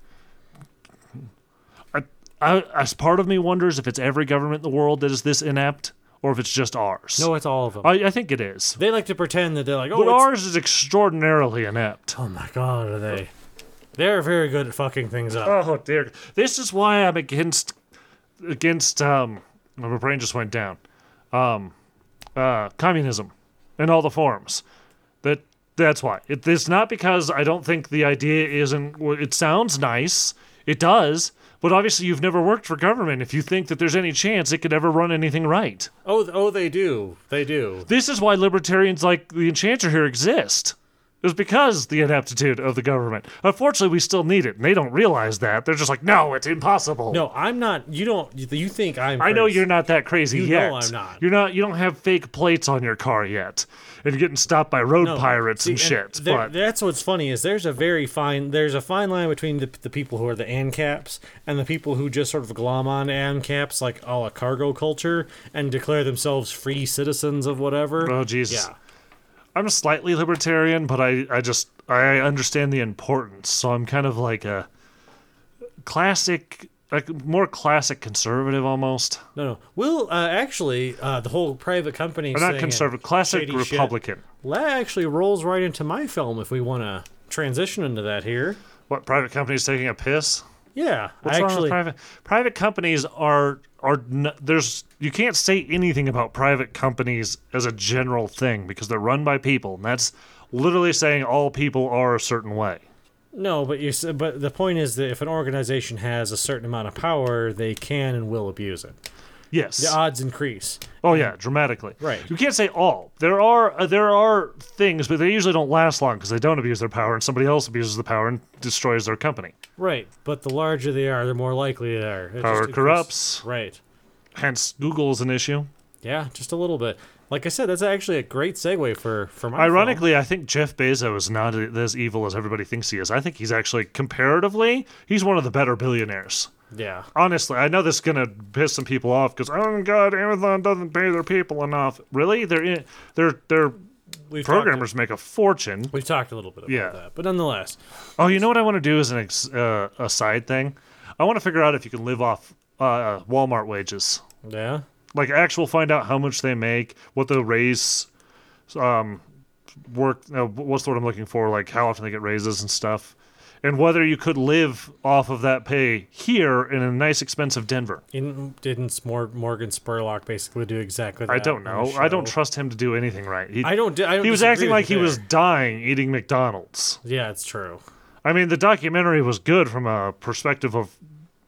I, I, as part of me wonders if it's every government in the world that is this inept, or if it's just ours. No, it's all of them. I, I think it is. they like to pretend that they're like, oh, But it's- ours is extraordinarily inept. oh my god, are they? They're very good at fucking things up. Oh dear. This is why I'm against against um my brain just went down. Um uh communism in all the forms. That that's why. It, it's not because I don't think the idea isn't well, it sounds nice. It does. But obviously you've never worked for government if you think that there's any chance it could ever run anything right. Oh, th- oh, they do. They do. This is why libertarians like the Enchanter here exist. It's because the ineptitude of the government. Unfortunately, we still need it, and they don't realize that. They're just like, no, it's impossible. No, I'm not. You don't. You you think I'm? I know crazy. you're not that crazy You yet. know I'm not. You're not. You don't have fake plates on your car yet, and you're getting stopped by road No, pirates see, and shit. there- but that's what's funny is there's a very fine there's a fine line between the, the people who are the ANCAPs and the people who just sort of glom on to ANCAPs like a la cargo culture and declare themselves free citizens of whatever. oh Jesus, yeah, I'm slightly libertarian, but I, I just I understand the importance. So I'm kind of like a classic, like more classic conservative almost. no, no. Well, uh, actually, uh, the whole private company. Or not thing conservative, and classic shady shit, Republican. That actually rolls right into my film if we want to transition into that here. What private companies taking a piss? Yeah, What's I wrong with actually. private private companies are are n- there's you can't say anything about private companies as a general thing because they're run by people, and that's literally saying all people are a certain way. No, but you. s- But the point is that if an organization has a certain amount of power, they can and will abuse it. Yes. The odds increase. oh yeah, dramatically. Right. You can't say all. There are uh, there are things, but they usually don't last long because they don't abuse their power, and somebody else abuses the power and destroys their company. Right, but the larger they are, the more likely they are. It Power just increases- corrupts. Right. Hence, Google is an issue. Yeah, just a little bit. Like I said, that's actually a great segue for for my. Ironically, I think Jeff Bezos is not as evil as everybody thinks he is. I think he's actually, comparatively, he's one of the better billionaires. film. Yeah. Honestly, I know this is gonna piss some people off because oh god, Amazon doesn't pay their people enough. Really, their in- their their We've Talked, programmers make a fortune. we've talked a little bit about Yeah. that, but nonetheless, Oh, you know what I want to do as an ex- uh, a side thing? I want to figure out if you can live off uh, Walmart wages. yeah. like actual find out how much they make, what the raise, um, work. Uh, what's the word I'm looking for? Like how often they get raises and stuff, and whether you could live off of that pay here in a nice expensive Denver. In, didn't Smor- Morgan Spurlock basically do exactly that? I don't on know. the I don't show? trust him to do anything right. He, I don't. di- I don't he was disagree acting with like he you was there. dying eating McDonald's. Yeah, it's true. I mean, the documentary was good from a perspective of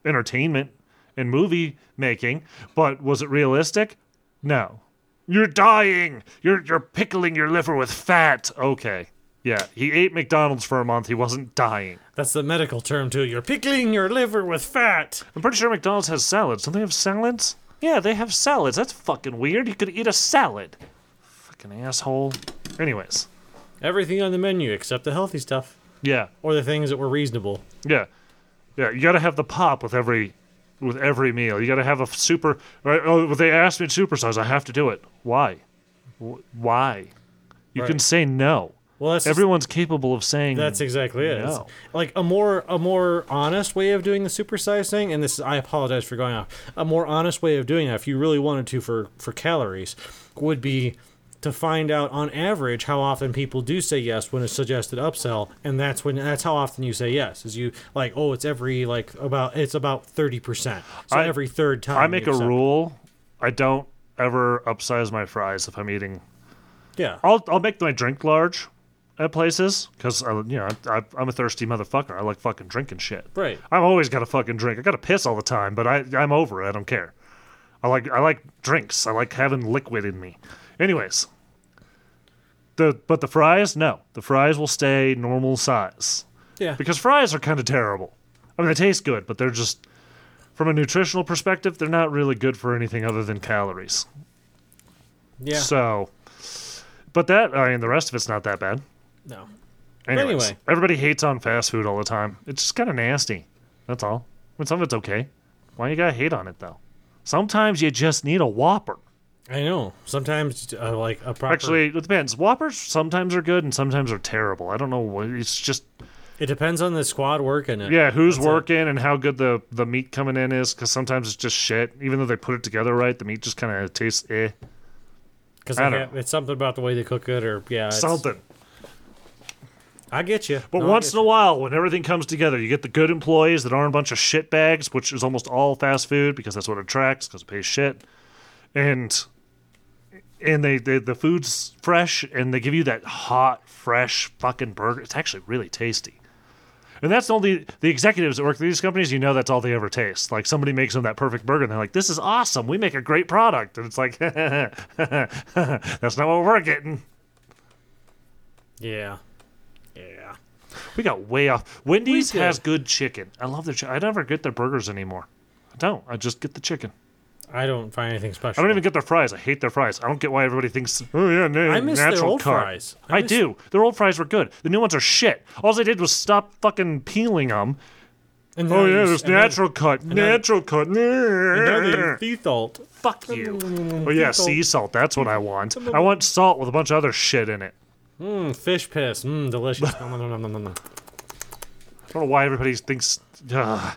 entertainment and movie making, but was it realistic? No. You're dying. You're you're pickling your liver with fat. Okay. Yeah, he ate McDonald's for a month. He wasn't dying. That's the medical term too. You're pickling your liver with fat. I'm pretty sure McDonald's has salads. Don't they have salads? Yeah, they have salads. That's fucking weird. You could eat a salad. Fucking asshole. Anyways, Everything on the menu except the healthy stuff yeah. or the things that were reasonable. Yeah, yeah. You got to have the pop with every with every meal. You got to have a super. Right? Oh, they asked me to supersize. I have to do it. Why? Wh- Why? You can Right. say no. Well, that's just- Everyone's capable of saying That's exactly it. It's No. Like a more a more honest way of doing the supersize thing, and this is, I apologize for going off. A more honest way of doing that, if you really wanted to for for calories, would be to find out on average how often people do say yes when it's suggested upsell, and that's when that's how often you say yes. Is you like oh it's every like about it's about thirty percent. So I- every third time I you make a accept it. rule. I don't ever upsize my fries if I'm eating. Yeah. I'll I'll make my drink large at places because you know I, I, I'm a thirsty motherfucker. I like fucking drinking shit. Right. I've always got to fucking drink. I got to piss all the time, but I I'm over it. I don't care. I like I like drinks. I like having liquid in me. Anyways, the but the fries no, the fries will stay normal size Yeah. because fries are kind of terrible. I mean they taste good, but they're just from a nutritional perspective, they're not really good for anything other than calories. Yeah. So, but that I mean the rest of it's not that bad. no. Anyways, Anyway. everybody hates on fast food all the time. It's just kind of nasty. That's all. I mean, some of it's okay. Why you gotta hate on it though? Sometimes you just need a Whopper. I know. Sometimes, uh, like a proper. Actually, it depends. Whoppers sometimes are good and sometimes are terrible. I don't know. what- It's just it depends on the squad working it. yeah, who's That's it. working and how good the the meat coming in is. Because sometimes it's just shit. Even though they put it together right, the meat just kind of tastes eh. because I don't it's something about the way they cook it, or yeah, it's- Something. I get you. But once in a while, when everything comes together, you get the good employees that aren't a bunch of shit bags, which is almost all fast food because that's what attracts because it pays shit, and and they, they the food's fresh and they give you that hot fresh fucking burger. It's actually really tasty. And that's only the executives that work at these companies. You know, that's all they ever taste. Like somebody makes them that perfect burger, and they're like, "This is awesome. We make a great product." And it's like, "That's not what we're getting." yeah, yeah. We got way off. Wendy's We did. has good chicken. I love their chicken. I never get their burgers anymore. I don't. I just get the chicken. I don't find anything special. I don't even get their fries. I hate their fries. I don't get why everybody thinks, oh, yeah, na- I miss their natural old cut." fries. I I, miss- do. Their old fries were good. The new ones are shit. All they did was stop fucking peeling them. And now Oh, yeah, you- there's and now- natural cut. Natural cut. Now they're Thethalt. Mm, Fuck you. Oh, yeah, sea salt. That's what I want. I want salt with a bunch of other shit in it. Mm, fish piss. Mmm, delicious. Nom, nom, nom, nom, nom, nom. I don't know why everybody thinks. Ugh.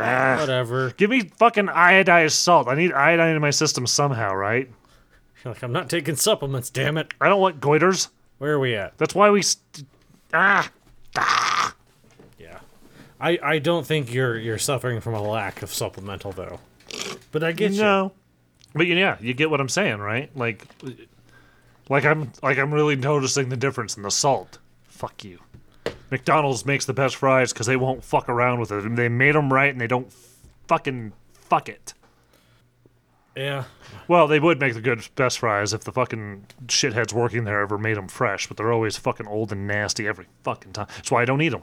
Ah. Whatever. Give me fucking iodized salt. I need iodine in my system somehow, right? You're like, I'm not taking supplements, damn it. I don't want goiters. Where are we at? That's why we. St- ah! Yeah. I, I don't think you're you're suffering from a lack of supplemental though. But I get you. No. But you- yeah, you get what I'm saying, right? Like, like I'm like I'm really noticing the difference in the salt. Fuck you. McDonald's makes the best fries because they won't fuck around with it. They made them right, and they don't fucking fuck it. Yeah. Well, they would make the good best fries if the fucking shitheads working there ever made them fresh, but they're always fucking old and nasty every fucking time. That's why I don't eat them.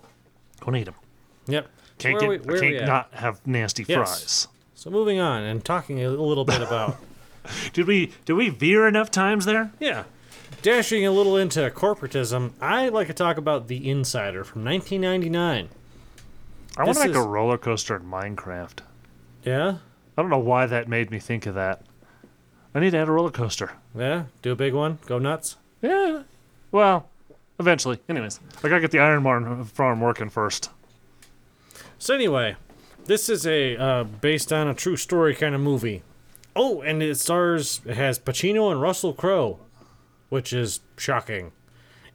Don't eat them. Yep. Can't Where are we- get. where I are we can't at? not have nasty Yes. fries. So moving on and talking a little bit about Did we did we veer enough times there? yeah. Dashing a little into corporatism, I like to talk about The Insider from 1999. I want This to make is- a roller coaster in Minecraft. Yeah? I don't know why that made me think of that. I need to add a roller coaster. Yeah? Do a big one? Go nuts? Yeah. Well, eventually. Anyways, I gotta get the iron Mar- farm working first. So anyway, this is a uh, based on a true story kind of movie. Oh, and it stars it has Pacino and Russell Crowe, which is shocking.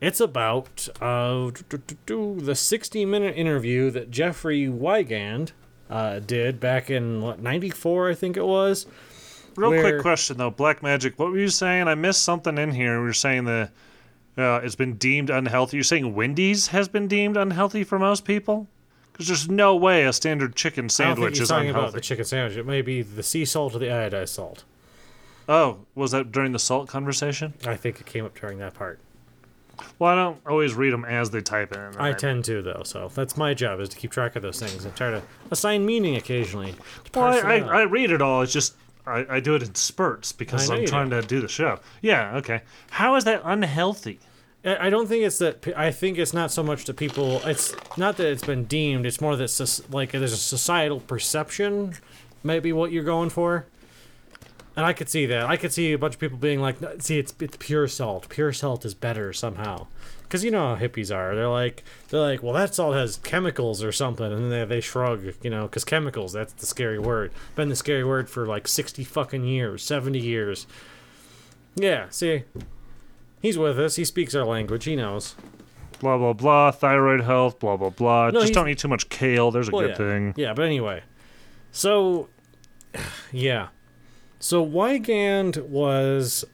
It's about uh, do- do- do- do, the 60 minute interview that Jeffrey Wigand uh, did back in what 94 I think it was. Real where- quick question though, Black Magic. What were you saying? I missed something in here. We were saying the uh, it's been deemed unhealthy. You're saying Wendy's has been deemed unhealthy for most people? Because there's no way a standard chicken I don't think sandwich he's is talking about unhealthy. the chicken sandwich. It may be the sea salt or the iodized salt. oh, was that during the salt conversation? I think it came up during that part. Well, I don't always read them as they type it in. I tend to though, so that's my job is to keep track of those things and try to assign meaning occasionally. to Well, I, parse I, it out. I read it all. It's just I, I do it in spurts because I know I'm you trying to do the show. Yeah, okay. How is that unhealthy? I I don't think it's that. pe- I think it's not so much that people. It's not that it's been deemed. It's more that soc- like there's a societal perception, maybe what you're going for. And I could see that. I could see a bunch of people being like, "No, "See, it's it's pure salt. Pure salt is better somehow." Because you know how hippies are. They're like, they're like, "Well, that salt has chemicals or something," and then they they shrug, you know, because chemicals. That's the scary word. Been the scary word for like sixty fucking years, seventy years. Yeah. See, He's with us. He speaks our language. He knows. Blah blah blah. Thyroid health. Blah blah blah. just he's- don't eat too much kale. There's a Well, good yeah. thing. Yeah, but anyway. So, yeah. So Wygand was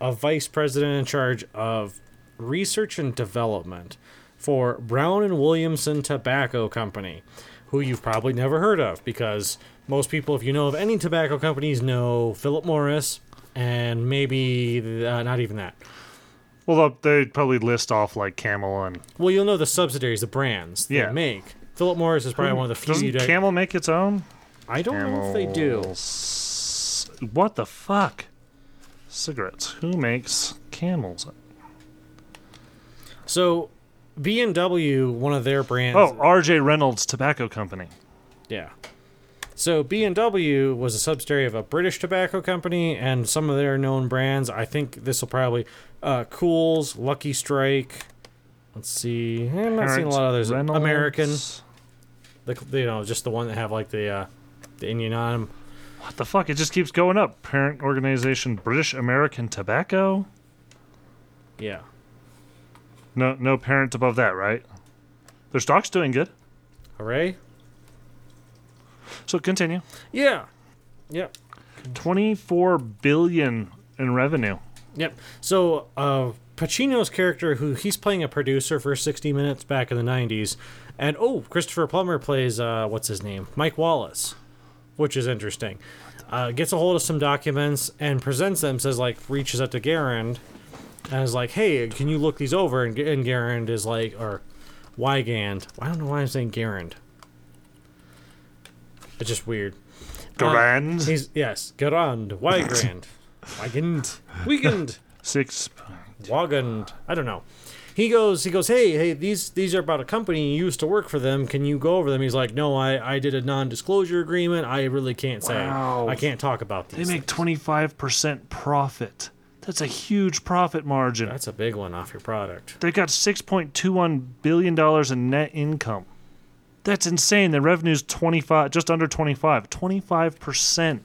a vice president in charge of research and development for Brown and Williamson Tobacco Company, who you've probably never heard of because most people, if you know of any tobacco companies, know Philip Morris and maybe uh, not even that. Well, they would probably list off like Camel and Well, you'll know the subsidiaries, the brands they Yeah. make. Philip Morris is probably one of the few. doesn't that- Camel make its own? I don't know if they do. Camels. What the fuck? Cigarettes. Who makes Camels? So, B and W, one of their brands. Oh, R.J. Reynolds Tobacco Company. Yeah. So B&W was a subsidiary of a British tobacco company, and some of their known brands. I think this will probably uh, Cools, Lucky Strike. Let's see. I'm not seeing a lot of others. Reynolds. American, the, the, you know, just the one that have like the uh, the Indian on 'em. What the fuck? It just keeps going up. Parent organization British American Tobacco. Yeah. No, no parent above that, right? Their stock's doing good. Hooray. So continue. Yeah. Yep. Twenty-four billion in revenue. Yep. So uh, Pacino's character, who he's playing a producer for 60 Minutes back in the 90s, and oh, Christopher Plummer plays uh, what's his name, Mike Wallace, which is interesting. Uh, gets a hold of some documents and presents them. Says like reaches out to Garand and is like, "Hey, can you look these over?" And, and Garand is like, or Wygand. I don't know why I'm saying Garand. It's just weird. Uh, Grand he's yes, Garand, Wygand, Wygand, Wygand. six. Wagand. I don't know. He goes, he goes, hey, hey, these these are about a company you used to work for them. Can you go over them? He's like, no, I, I did a non-disclosure agreement. I really can't say. Wow. I can't talk about They these. make twenty-five percent profit. That's a huge profit margin. That's a big one off your product. They've got six point two one billion dollars in net income. That's insane. Their revenue's twenty five just under twenty five. Twenty five percent.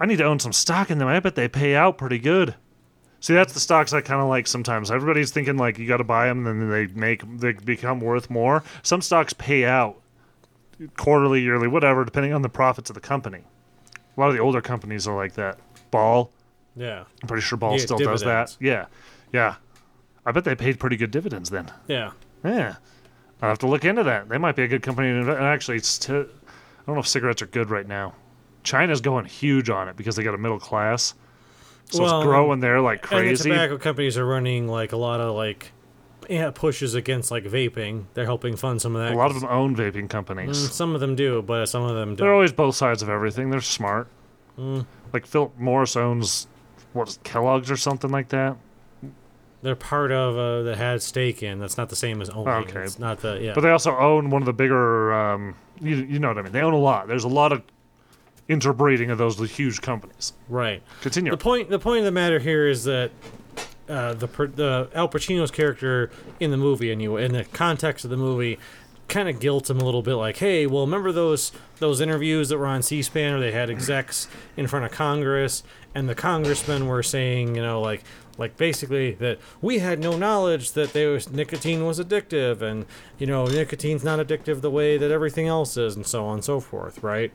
I need to own some stock in them. I bet they pay out pretty good. See, that's the stocks I kind of like sometimes. Everybody's thinking like you got to buy them, then they make they become worth more. Some stocks pay out quarterly, yearly, whatever, depending on the profits of the company. A lot of the older companies are like that. Ball, Yeah, I'm pretty sure Ball Yeah, still does dividends. that. Yeah, yeah. I bet they paid pretty good dividends then. yeah. Yeah, I'll have to look into that. They might be a good company to invest. And actually, it's t- I don't know if cigarettes are good right now. China's going huge on it because they got a middle class, so Well, it's growing there like And the crazy. tobacco companies are running like a lot of like yeah, pushes against like vaping. They're helping fund some of that. A lot of them own vaping companies. Some of them do, but some of them They're don't. always both sides of everything. They're smart. Mm. Like Philip Morris owns what is it, Kellogg's or something like that. They're part of uh, that had stake in. That's not the same as owning. Okay. It's not the yeah. But they also own one of the bigger. Um, you, you know what I mean? They own a lot. There's a lot of interbreeding of those huge companies. right. Continue. The point the point of the matter here is that uh, the per- the Al Pacino's character in the movie and you in the context of the movie kind of guilts him a little bit like hey well remember those those interviews that were on c-span where they had execs in front of congress and the congressmen were saying you know like like basically that we had no knowledge that they was nicotine was addictive and you know nicotine's not addictive the way that everything else is and so on and so forth right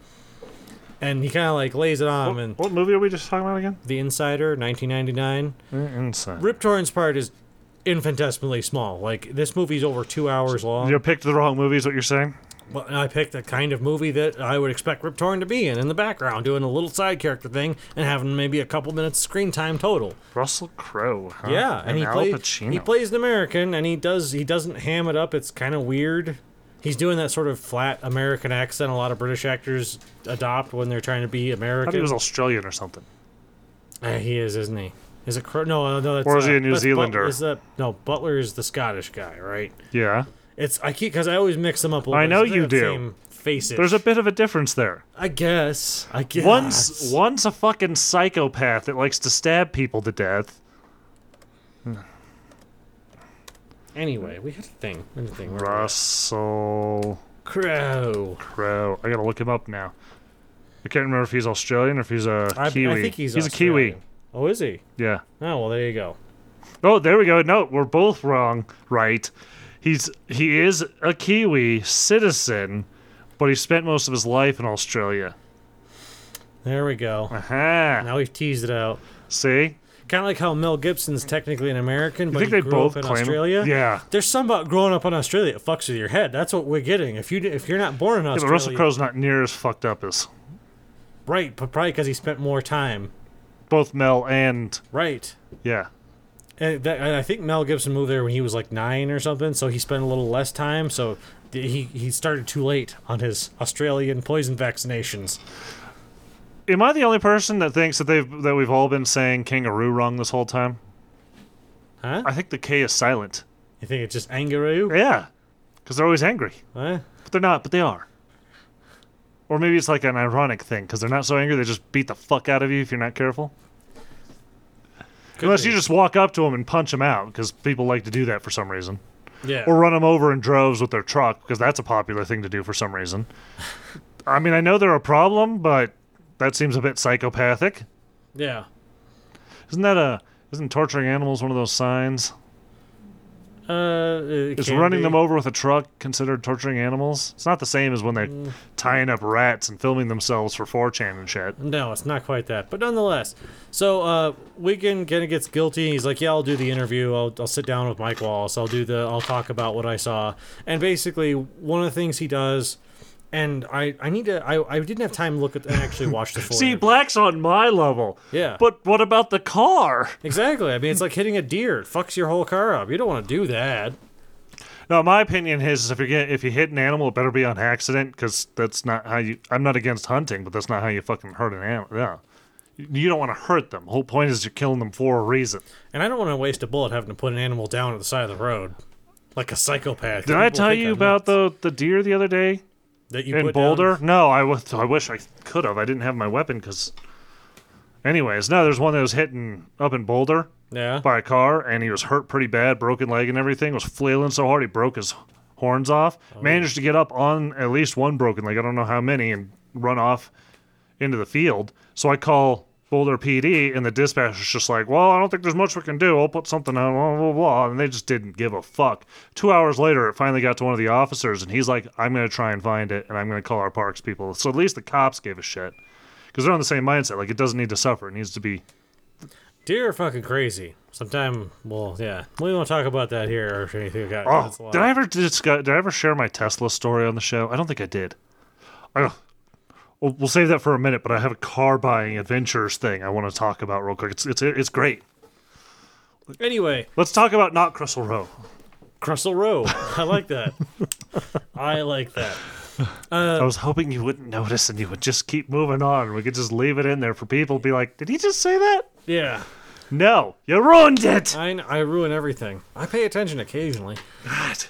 and he kind of like lays it on him and what movie are we just talking about again? the Insider, 1999. Inside. Rip Torn's part is infinitesimally small. Like this movie's over two hours long. You picked the wrong movie, is what you're saying? Well, and I picked the kind of movie that I would expect Rip Torn to be in, in the background, doing a little side character thing and having maybe a couple minutes screen time total. Russell Crowe. Huh? yeah, and, he Al plays Pacino. he plays an American, and he does he doesn't ham it up. It's kind of weird. He's doing that sort of flat American accent a lot of British actors adopt when they're trying to be I American. thought he was Australian or something. Uh, he is, isn't he? Is it Cro- no, uh, no? That's, Or is uh, he a New that's Zealander? is that no? Butler is the Scottish guy, right? Yeah. It's I keep because I always mix them up. a little I bit. know It's you that do. Same faces. There's a bit of a difference there. I guess. I guess. One's one's a fucking psychopath that likes to stab people to death. Anyway, we had a thing. Had a thing. where we were at. Russell Crow. Crowe. I gotta look him up now. I can't remember if he's Australian or if he's a I, I Kiwi. think he's. a Kiwi. Australian. Oh, is he? Yeah. Oh well, there you go. Oh, there we go. No, we're both wrong. Right. He's he is a Kiwi citizen, but he spent most of his life in Australia. There we go. Aha. Now we've teased it out. See? Kind of like how Mel Gibson's technically an American, I but think he they grew both up in claim Australia. Yeah. There's some about growing up in Australia that fucks with your head. That's what we're getting. If you if you're not born in Yeah, Australia, but Russell Crowe's not near as fucked up as Right, but probably because he spent more time. both Mel and Right. yeah. And that, and I think Mel Gibson moved there when he was like nine or something, so he spent a little less time. So th- he he started too late on his Australian poison vaccinations. Am I the only person that thinks that they've that we've all been saying kangaroo wrong this whole time? Huh? I think the K is silent. You think it's just angaroo? Yeah, because they're always angry, Huh? but they're not. But they are. Or maybe it's like an ironic thing because they're not so angry they just beat the fuck out of you if you're not careful. Could Unless be. you just walk up to them and punch them out because people like to do that for some reason. yeah. Or run them over in droves with their truck because that's a popular thing to do for some reason. I mean, I know they're a problem, but that seems a bit psychopathic. yeah. Isn't that a isn't torturing animals one of those signs? Uh, it Is can running be. them over with a truck considered torturing animals? It's not the same as when they're Mm. tying up rats and filming themselves for 4chan and shit. No, it's not quite that, but nonetheless. So uh, Wigan kind of gets guilty. He's like, "Yeah, I'll do the interview. I'll, I'll sit down with Mike Wallace. I'll do the. I'll talk about what I saw." And basically, one of the things he does, and I, I need to. I, I didn't have time to look at and actually watch the full. See, interview. Black's on my level. Yeah. But what about the car? exactly. I mean, it's like hitting a deer. It fucks your whole car up. You don't want to do that. No, my opinion is if you get if you hit an animal, it better be on accident because that's not how you. I'm not against hunting, but that's not how you fucking hurt an animal. Yeah. You don't want to hurt them. Whole point is you're killing them for a reason. And I don't want to waste a bullet having to put an animal down at the side of the road, like a psychopath. Did I People tell think you I'm about nuts. the the deer the other day? that you in put down- Boulder? No, I w- I wish I could have. I didn't have my weapon because. Anyways, no, there's one that was hitting up in Boulder Yeah. by a car, and he was hurt pretty bad, broken leg and everything. Was flailing so hard he broke his horns off. Managed to get up on at least one broken leg. I don't know how many, and run off into the field. So I call Boulder PD, and the dispatcher's just like, "Well, I don't think there's much we can do. I'll put something on." Blah blah blah, and they just didn't give a fuck. Two hours later, it finally got to one of the officers, and he's like, "I'm gonna try and find it, and I'm gonna call our parks people." So at least the cops gave a shit because they're on the same mindset. Like it doesn't need to suffer; it needs to be Deer are fucking crazy. Sometime, well, yeah, we won't talk about that here or anything. Like that. Oh, That's a lot. did I ever discuss, did I ever share my Tesla story on the show? I don't think I did. I, we'll, we'll save that for a minute, but I have a car buying adventures thing I want to talk about real quick. It's it's it's great. Anyway, Let's talk about not Crystal Row. Crystal Row. I like that. I like that. Uh, I was hoping you wouldn't notice and you would just keep moving on. We could just leave it in there for people to be like, "Did he just say that?" Yeah, No, you ruined it. I I ruin everything. I pay attention occasionally. God.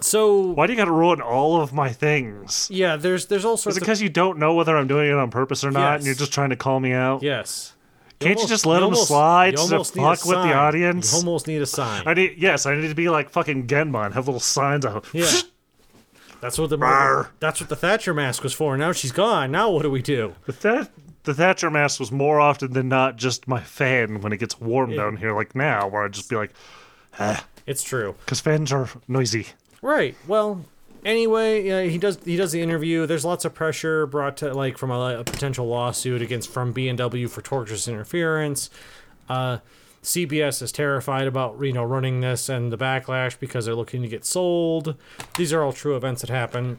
So Why do you got to ruin all of my things? yeah, there's there's all sorts Is it of because you don't know whether I'm doing it on purpose or not, Yes. and you're just trying to call me out? yes. Can't you almost- just let them almost- slide you so almost need a fuck with sign. the audience? You almost need a sign. I need yes, I need to be like fucking Genma and have little signs out. yeah. That's what the Rawr. that's what the Thatcher mask was for. Now she's gone. Now what do we do? But that the Thatcher mask was more often than not just my fan when it gets warm down here, like now, where I'd just be like, It's true. because fans are noisy. Right. Well, anyway, uh, he does he does the interview. There's lots of pressure brought to like from a, a potential lawsuit against from B and W for torturous interference. Uh, CBS is terrified about you know running this and the backlash because they're looking to get sold. These are all true events that happen.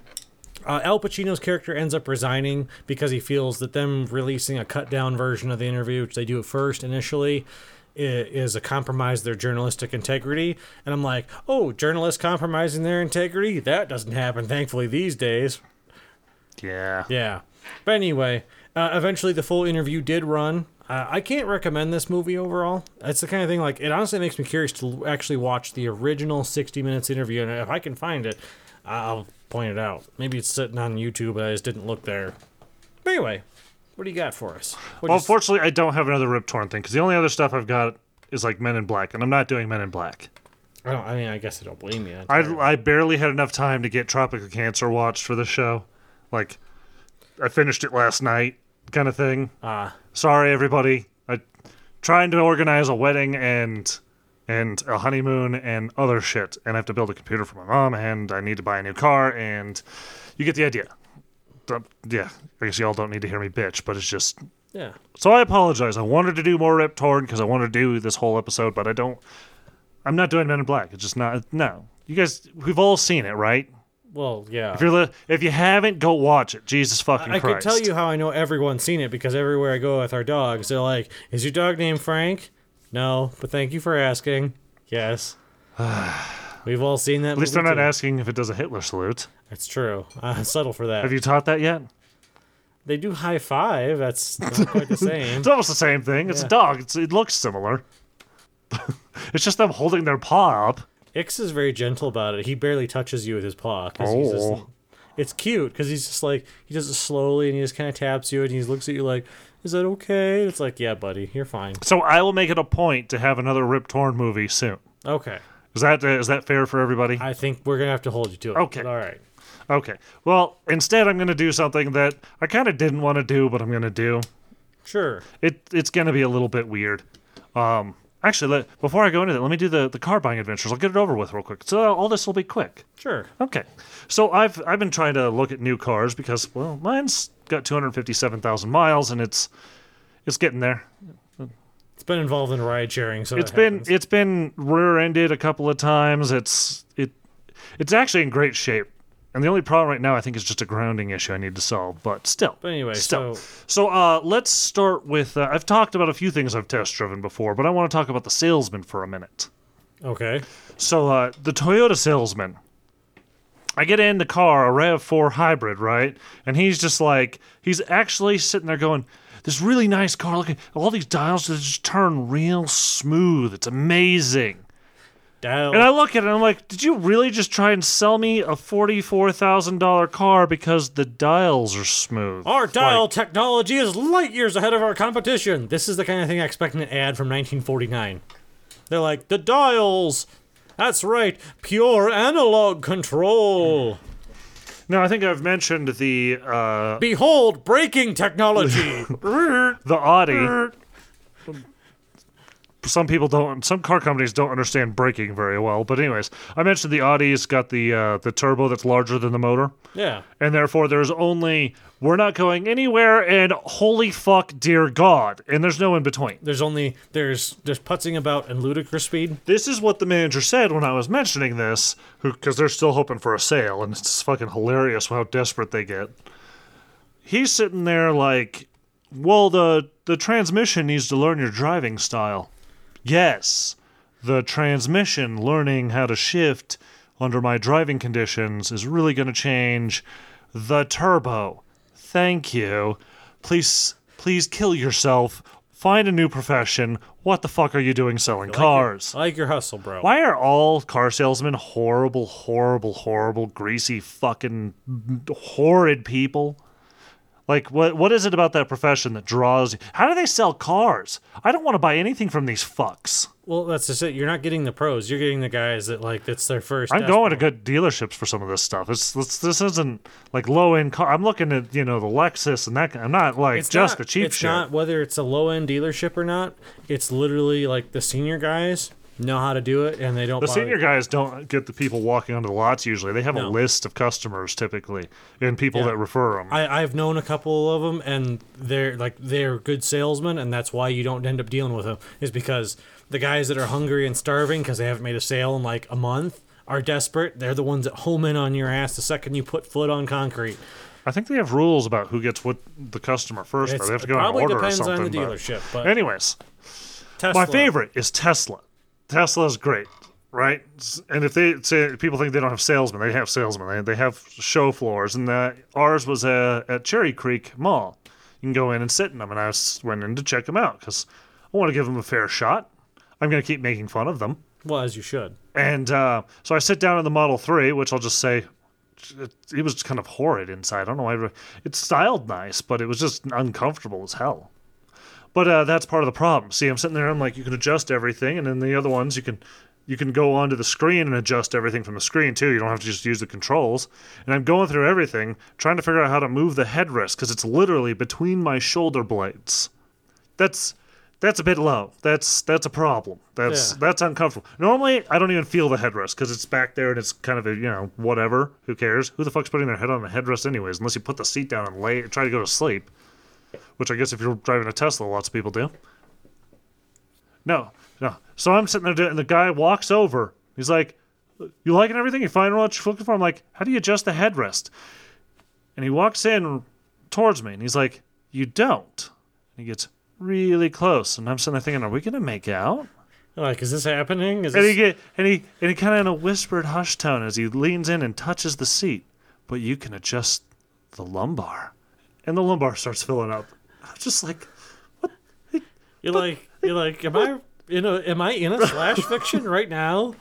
Uh, Al Pacino's character ends up resigning because he feels that them releasing a cut down version of the interview, which they do at first initially, i- is a compromise to their journalistic integrity. And I'm like, oh, journalists compromising their integrity? That doesn't happen, thankfully, these days. Yeah. Yeah. But anyway, uh, eventually the full interview did run. Uh, I can't recommend this movie overall. It's the kind of thing like it honestly makes me curious to l- actually watch the original 60 minutes interview, and if I can find it, I'll point it out. Maybe it's sitting on YouTube, but I just didn't look there. But anyway, what do you got for us? What Well, unfortunately, I don't have another Rip Torn thing because the only other stuff I've got is like Men in Black, and I'm not doing Men in Black. I, don't, Oh, I mean, I guess I don't blame you. I I barely had enough time to get Tropical Cancer watched for the show. Like, I finished it last night, kind of thing. Ah. Sorry, everybody. I trying to organize a wedding and and a honeymoon and other shit, and I have to build a computer for my mom, and I need to buy a new car, and you get the idea. Don't- Yeah, I guess y'all don't need to hear me bitch, but it's just yeah. so I apologize. I wanted to do more Rip Torn because I wanted to do this whole episode, but I don't. I'm not doing Men in Black. It's just not. No, you guys, we've all seen it, right? Well, yeah. If you're li- if you haven't, go watch it. Jesus fucking I could Christ! tell you how I know everyone's seen it because everywhere I go with our dogs, they're like, "Is your dog named Frank?" No, but thank you for asking. Yes, we've all seen that. At least they're not asking if it does a Hitler salute. It's true. I settle for that. Have you taught that yet? they do high five. That's not quite the same. It's almost the same thing. It's Yeah. a dog. It's, it looks similar. it's just them holding their paw up. Ix is very gentle about it. He barely touches you with his paw because he's just Oh. it's cute because he's just like he does it slowly and he just kind of taps you and he looks at you like, "Is that okay?" And it's like, "Yeah, buddy, you're fine." So I will make it a point to have another Rip Torn movie soon. Okay, Is that uh, is that fair for everybody? I think we're gonna have to hold you to it. Okay. all right. Okay. Well, instead, I'm going to do something that I kind of didn't want to do, but I'm going to do. Sure. It it's going to be a little bit weird. Um, actually, let, before I go into that, let me do the the car buying adventures. I'll get it over with real quick. So all this will be quick. Sure. Okay. So I've I've been trying to look at new cars because well, mine's got 257,000 miles and it's it's getting there. It's been involved in ride sharing, so It's it been happens. it's been rear-ended a couple of times. It's it it's actually in great shape. And the only problem right now I think is just a grounding issue I need to solve, but still. But anyway, still. so- So uh let's start with uh, I've talked about a few things I've test driven before, but I want to talk about the salesman for a minute. okay. So uh, the Toyota salesman, I get in the car, a Rav4 hybrid, right? And he's just like, he's actually sitting there going, this really nice car. Look at all these dials that just turn real smooth. It's amazing. Dial. And I look at it and I'm like, did you really just try and sell me a $44,000 car because the dials are smooth? Our Like, dial technology is light years ahead of our competition. This is the kind of thing I expect in an ad from 1949. They're like, the dials! That's right, pure analog control. no, I think I've mentioned the uh, Behold, braking technology. the Audi. Some people don't. Some car companies don't understand braking very well. But anyways, I mentioned the Audi's got the uh, the turbo that's larger than the motor, yeah. and therefore there's only we're not going anywhere. And holy fuck, dear God, and there's no in between. There's only there's there's putzing about and ludicrous speed. This is what the manager said when I was mentioning this, because they're still hoping for a sale, and it's fucking hilarious how desperate they get. He's sitting there like, "Well, the the transmission needs to learn your driving style." Yes, the transmission learning how to shift under my driving conditions is really going to change. The turbo, thank you. Please, please kill yourself. Find a new profession. What the fuck are you doing selling cars? I like your hustle, bro. Why are all car salesmen horrible, horrible, horrible, greasy, fucking horrid people? Like what what is it about that profession that draws you? How do they sell cars? I don't want to buy anything from these fucks. Well, that's just it. You're not getting the pros. You're getting the guys that like that's their first. I'm test. going to good dealerships for some of this stuff. It's this, this isn't like low end car. I'm looking at, you know, the Lexus and that kind- I'm not like It's just not- a cheap It's shit. not whether it's a low end dealership or not. It's literally like the senior guys know how to do it, and they don't. The bother- senior guys don't get the people walking onto the lots usually. They have a No. list of customers typically and people Yeah. that refer them. I, I've known a couple of them, and they're like they're good salesmen, and that's why you don't end up dealing with them is because the guys that are hungry and starving because they haven't made a sale in like a month are desperate. They're the ones that home in on your ass the second you put foot on concrete. I think they have rules about who gets what the customer first. It's, Or they have to it go out and probably order depends or something. on the but- dealership, but Anyways, Tesla, my favorite is Tesla. Tesla's great, right? S- And if they say people think they don't have salesmen, they have salesmen. They, they have show floors, and uh ours was uh, at Cherry Creek Mall. You can go in and sit in them, and I s- went in to check them out because I want to give them a fair shot. I'm going to keep making fun of them. well as you should. And uh, so I sit down in the Model 3, which I'll just say it, it was kind of horrid inside. I don't know why. everybody- It's styled nice, but it was just uncomfortable as hell. But uh, that's part of the problem. See, I'm sitting there. I'm like, you can adjust everything, and then the other ones you can you can go onto the screen and adjust everything from the screen too. You don't have to just use the controls. And I'm going through everything, trying to figure out how to move the headrest because it's literally between my shoulder blades. That's that's a bit low. That's that's a problem. That's Yeah. that's uncomfortable. Normally, I don't even feel the headrest because it's back there and it's kind of a you know whatever. Who cares? Who the fuck's putting their head on the headrest anyways? Unless you put the seat down and lay try to go to sleep which I guess if you're driving a Tesla, lots of people do. No, no. So I'm sitting there, doing, and the guy walks over. He's like, "You liking everything? You finding what you're looking for?" I'm like, "How do you adjust the headrest?" And he walks in towards me, and he's like, "You don't." And he gets really close, and I'm sitting there thinking, "Are we gonna make out?" Like, is this happening? Is And he this, get and he and he kind of in a whispered hush tone as he leans in and touches the seat, but you can adjust the lumbar, and the lumbar starts filling up. I'm just like. you're like you're like, am I in a am I in a slash fiction right now?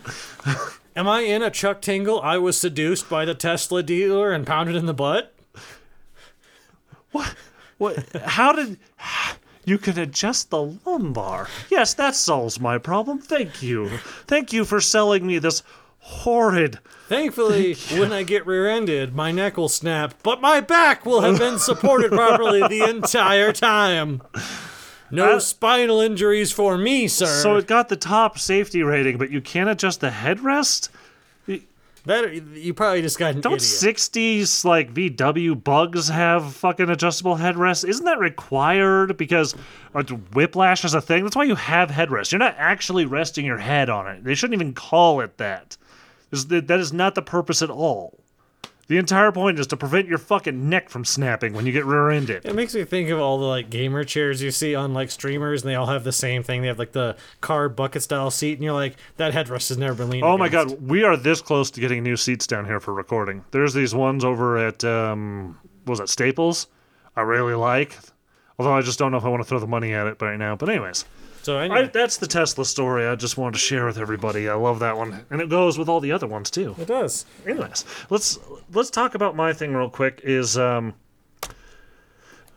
Am I in a Chuck Tingle? I was seduced by the Tesla dealer and pounded in the butt. What? What? How did? You can adjust the lumbar. Yes, that solves my problem. Thank you. Thank you for selling me this horrid. Thankfully, when I get rear-ended, my neck will snap, but my back will have been supported properly the entire time. No Uh, spinal injuries for me, sir. So it got the top safety rating, but you can't adjust the headrest. that you probably just got an Don't idiot. sixties like VW bugs have fucking adjustable headrests? Isn't that required? Because uh, whiplash is a thing. That's why you have headrests. You're not actually resting your head on it. They shouldn't even call it that. This- That that is not the purpose at all. The entire point is to prevent your fucking neck from snapping when you get rear-ended. It makes me think of all the like gamer chairs you see on like streamers, and they all have the same thing. They have like the car bucket style seat, and you're like, that headrest has never been leaned. Oh my against. god, we are this close to getting new seats down here for recording. There's these ones over at um what was that Staples? I really like. Although I just don't know if I want to throw the money at it right now. But anyways, So anyway, I, that's the Tesla story. I just wanted to share with everybody. I love that one, and it goes with all the other ones too. it does. Anyways, let's let's talk about my thing real quick. Is um,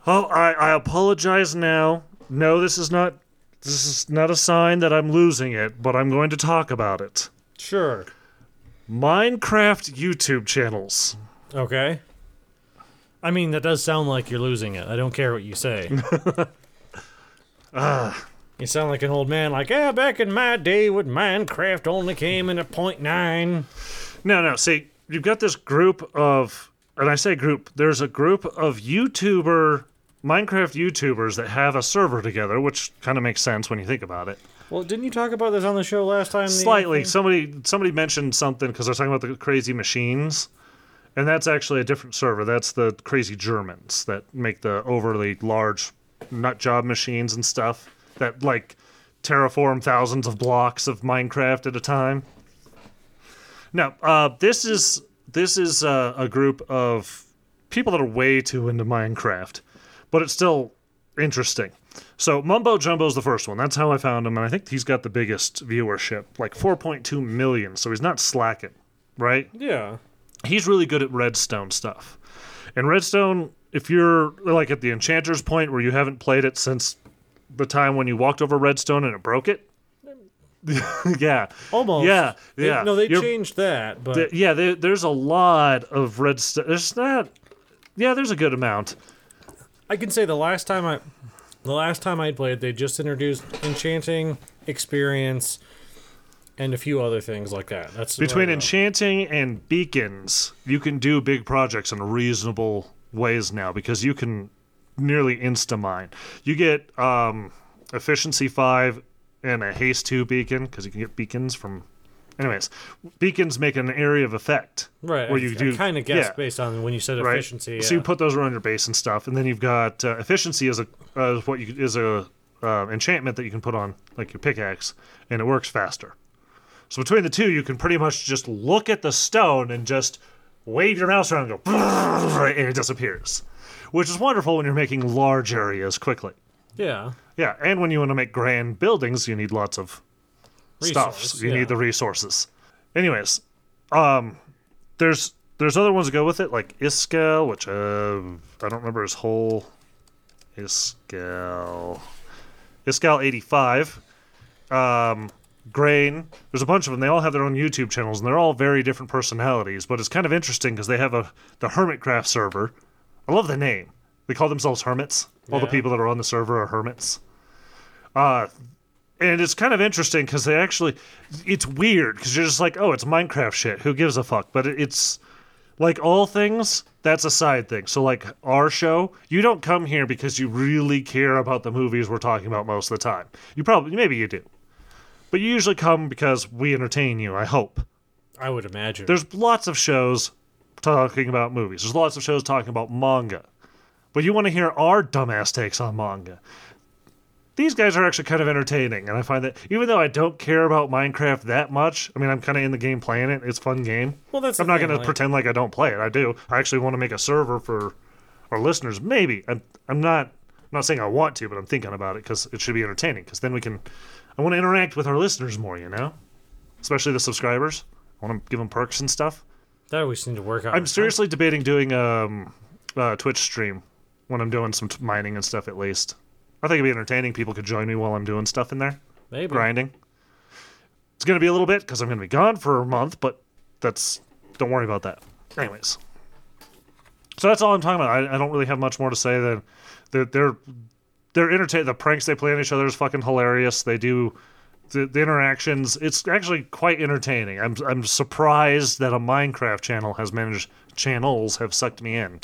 oh, I I apologize now. No, this is not this is not a sign that I'm losing it, but I'm going to talk about it. Sure. Minecraft YouTube channels. Okay. I mean, that does sound like you're losing it. I don't care what you say. You sound like an old man, like, yeah, back in my day when Minecraft only came in a point nine. No, no. See, you've got this group of, and I say group, there's a group of YouTuber, Minecraft YouTubers that have a server together, which kind of makes sense when you think about it. Well, didn't you talk about this on the show last time? the Slightly. thing? Somebody somebody mentioned something because they're talking about the crazy machines, and that's actually a different server. That's the crazy Germans that make the overly large nut job machines and stuff that like terraform thousands of blocks of Minecraft at a time. No, uh, this is this is uh, a group of people that are way too into Minecraft, but it's still interesting. So Mumbo Jumbo's the first one. That's how I found him, and I think he's got the biggest viewership, like 4.2 million. So he's not slacking, right? Yeah. He's really good at redstone stuff. And redstone, if you're like at the enchanter's point where you haven't played it since the time when you walked over redstone and it broke it. yeah. Almost. Yeah, They- yeah. no, they You're- changed that, but Th- yeah, there, there's a lot of redstone. There's not. Yeah, there's a good amount. I can say the last time I, the last time I played, they just introduced enchanting experience, and a few other things like that. That's the Between way I know. enchanting and beacons, you can do big projects in reasonable ways now because you can nearly insta mine. You get um, efficiency five and a haste two beacon because you can get beacons from. Anyways, beacons make an area of effect. right, Where I, you do kind of guess yeah. based on when you said right? efficiency. So you yeah. put those around your base and stuff, and then you've got uh, efficiency is a uh, is what you is a uh, enchantment that you can put on like your pickaxe, and it works faster. So between the two, you can pretty much just look at the stone and just wave your mouse around and go, and it disappears, which is wonderful when you're making large areas quickly. yeah. Yeah, and when you want to make grand buildings, you need lots of stuff. Resource, You yeah. need the resources. Anyways, um, there's there's other ones to go with it, like Iskel, which uh, I don't remember his whole Iskel Iskel eighty five, um, Grain. There's a bunch of them. They all have their own YouTube channels, and they're all very different personalities. But it's kind of interesting because they have a the Hermitcraft server. I love the name. They call themselves hermits. All the Yeah. people that are on the server are hermits. Uh, and it's kind of interesting because they actually, it's weird because you're just like, oh, it's Minecraft shit. Who gives a fuck? But it- it's like all things, that's a side thing. So, like our show, you don't come here because you really care about the movies we're talking about most of the time. You probably, maybe you do. But you usually come because we entertain you, I hope. I would imagine. There's lots of shows talking about movies. There's lots of shows talking about manga. But you want to hear our dumbass takes on manga. These guys are actually kind of entertaining, and I find that even though I don't care about Minecraft that much, I mean I'm kind of in the game playing it. It's a fun game. Well, that's I'm the not thing, going to like- pretend like I don't play it. I do. I actually want to make a server for our listeners. Maybe I'm, I'm not. I'm not saying I want to, but I'm thinking about it because it should be entertaining. Because then we can. I want to interact with our listeners more, you know, especially the subscribers. want to give them perks and stuff. That we seem to work out. I'm seriously debating doing um, a Twitch stream when I'm doing some t- mining and stuff. At least, I think it'd be entertaining. People could join me while I'm doing stuff in there, Maybe. grinding. It's gonna be a little bit because I'm gonna be gone for a month, but that's don't worry about that. Anyways, so that's all I'm talking about. I, I don't really have much more to say than that they're they're entertain the pranks they play on each other is fucking hilarious. They do the, the interactions. It's actually quite entertaining. I'm I'm surprised that a Minecraft channel has managed channels have sucked me in.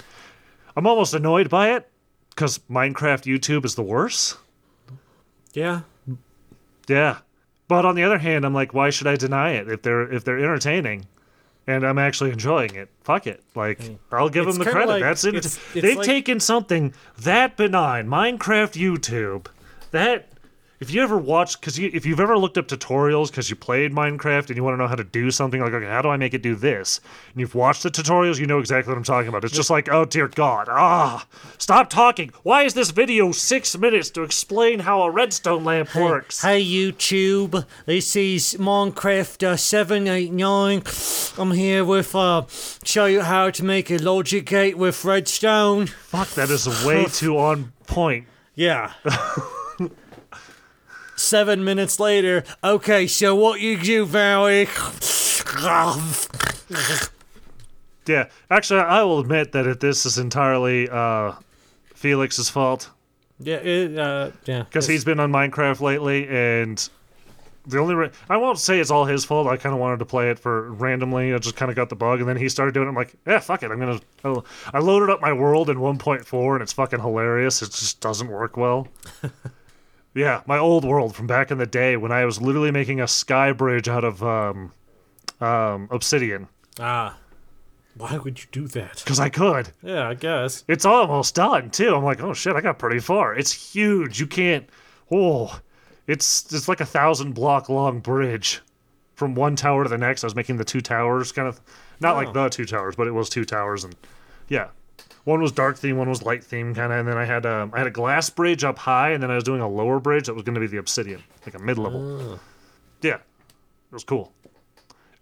I'm almost annoyed by it because Minecraft YouTube is the worst. Yeah. Yeah, but on the other hand, I'm like, why should I deny it if they're if they're entertaining? And I'm actually enjoying it. Fuck it. Like, I'll give Mm. It's them the kinda credit. like- That's it. it's- it's They've like- taken something that benign, Minecraft YouTube, that if you ever watched, because you, if you've ever looked up tutorials because you played Minecraft and you want to know how to do something, like, okay, how do I make it do this? And you've watched the tutorials, you know exactly what I'm talking about. It's just like, oh dear God, ah, stop talking. Why is this video six minutes to explain how a redstone lamp works? Hey YouTube, this is Minecraft uh, 789. I'm here with uh show you how to make a logic gate with redstone. Fuck, that is way too on point. Yeah. Seven minutes later, okay, so what you do, Valley? Yeah, actually, I will admit that if this is entirely uh, Felix's fault yeah, it, uh, yeah. because he's been on Minecraft lately, and the only re- I won't say it's all his fault. I kind of wanted to play it for randomly. I just kind of got the bug, and then he started doing it. I'm like, yeah, fuck it. I'm gonna. I'll- I loaded up my world in 1.4, and it's fucking hilarious. It just doesn't work well. yeah, my old world from back in the day when I was literally making a sky bridge out of um, um, obsidian Ah. Why would you do that? because I could. Yeah, I guess. it's almost done too. I'm like, oh shit, I got pretty far. It's huge. You can't. Oh, it's it's like a thousand block long bridge from one tower to the next. I was making the two towers kind of, not like the two towers, but it was two towers and yeah. One was dark theme, one was light theme, kind of, and then I had um, I had a glass bridge up high, and then I was doing a lower bridge that was going to be the obsidian, like a mid level. Yeah, it was cool.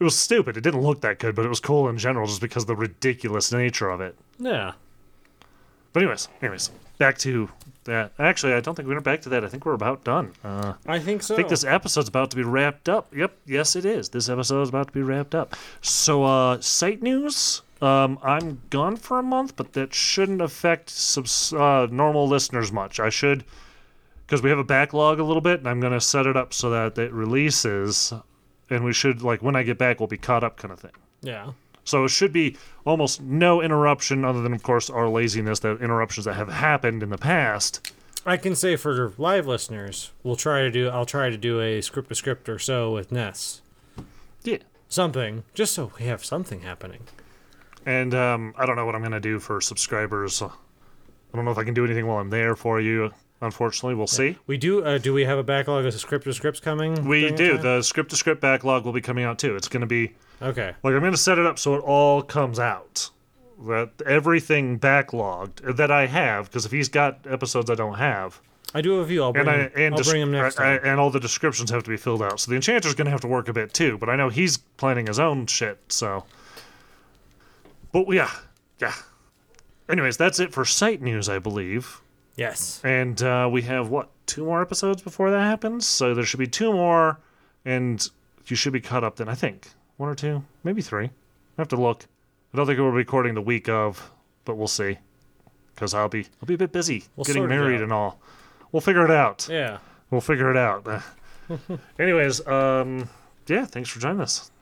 It was stupid. It didn't look that good, but it was cool in general, just because of the ridiculous nature of it. Yeah. But anyways, anyways, back to that. Actually, I don't think we're back to that. I think we're about done. Uh, I think so. I think this episode's about to be wrapped up. Yep, yes, it is. This episode's about to be wrapped up. So, uh, site news. Um, I'm gone for a month, but that shouldn't affect subs- uh, normal listeners much. I should, because we have a backlog a little bit, and I'm gonna set it up so that it releases, and we should like when I get back, we'll be caught up, kind of thing. yeah. So it should be almost no interruption, other than, of course, our laziness, the interruptions that have happened in the past. I can say for live listeners, we'll try to do. I'll try to do a script to script or so with Ness. Yeah. Something, just so we have something happening. And um, I don't know what I'm going to do for subscribers. I don't know if I can do anything while I'm there for you. Unfortunately, we'll see. We do. Uh, do we have a backlog of script to scripts coming? We during do. time? The script to script backlog will be coming out too. It's going to be okay. like I'm going to set it up so it all comes out. That everything backlogged that I have, because if he's got episodes I don't have, I do have a few. I'll bring. and I, them, and I'll dis- bring them next I- I- time. and all the descriptions have to be filled out. So the enchanter's going to have to work a bit too. But I know he's planning his own shit. So, but yeah, yeah. Anyways, that's it for site news, I believe. yes. And uh, we have what two more episodes before that happens. So there should be two more, and you should be caught up then. I think one or two, maybe three. I have to look. I don't think we're recording the week of, but we'll see. Because I'll be I'll be a bit busy We'll getting sort it married out. and all. We'll figure it out. Yeah. We'll figure it out. Anyways, um, yeah, thanks for joining us.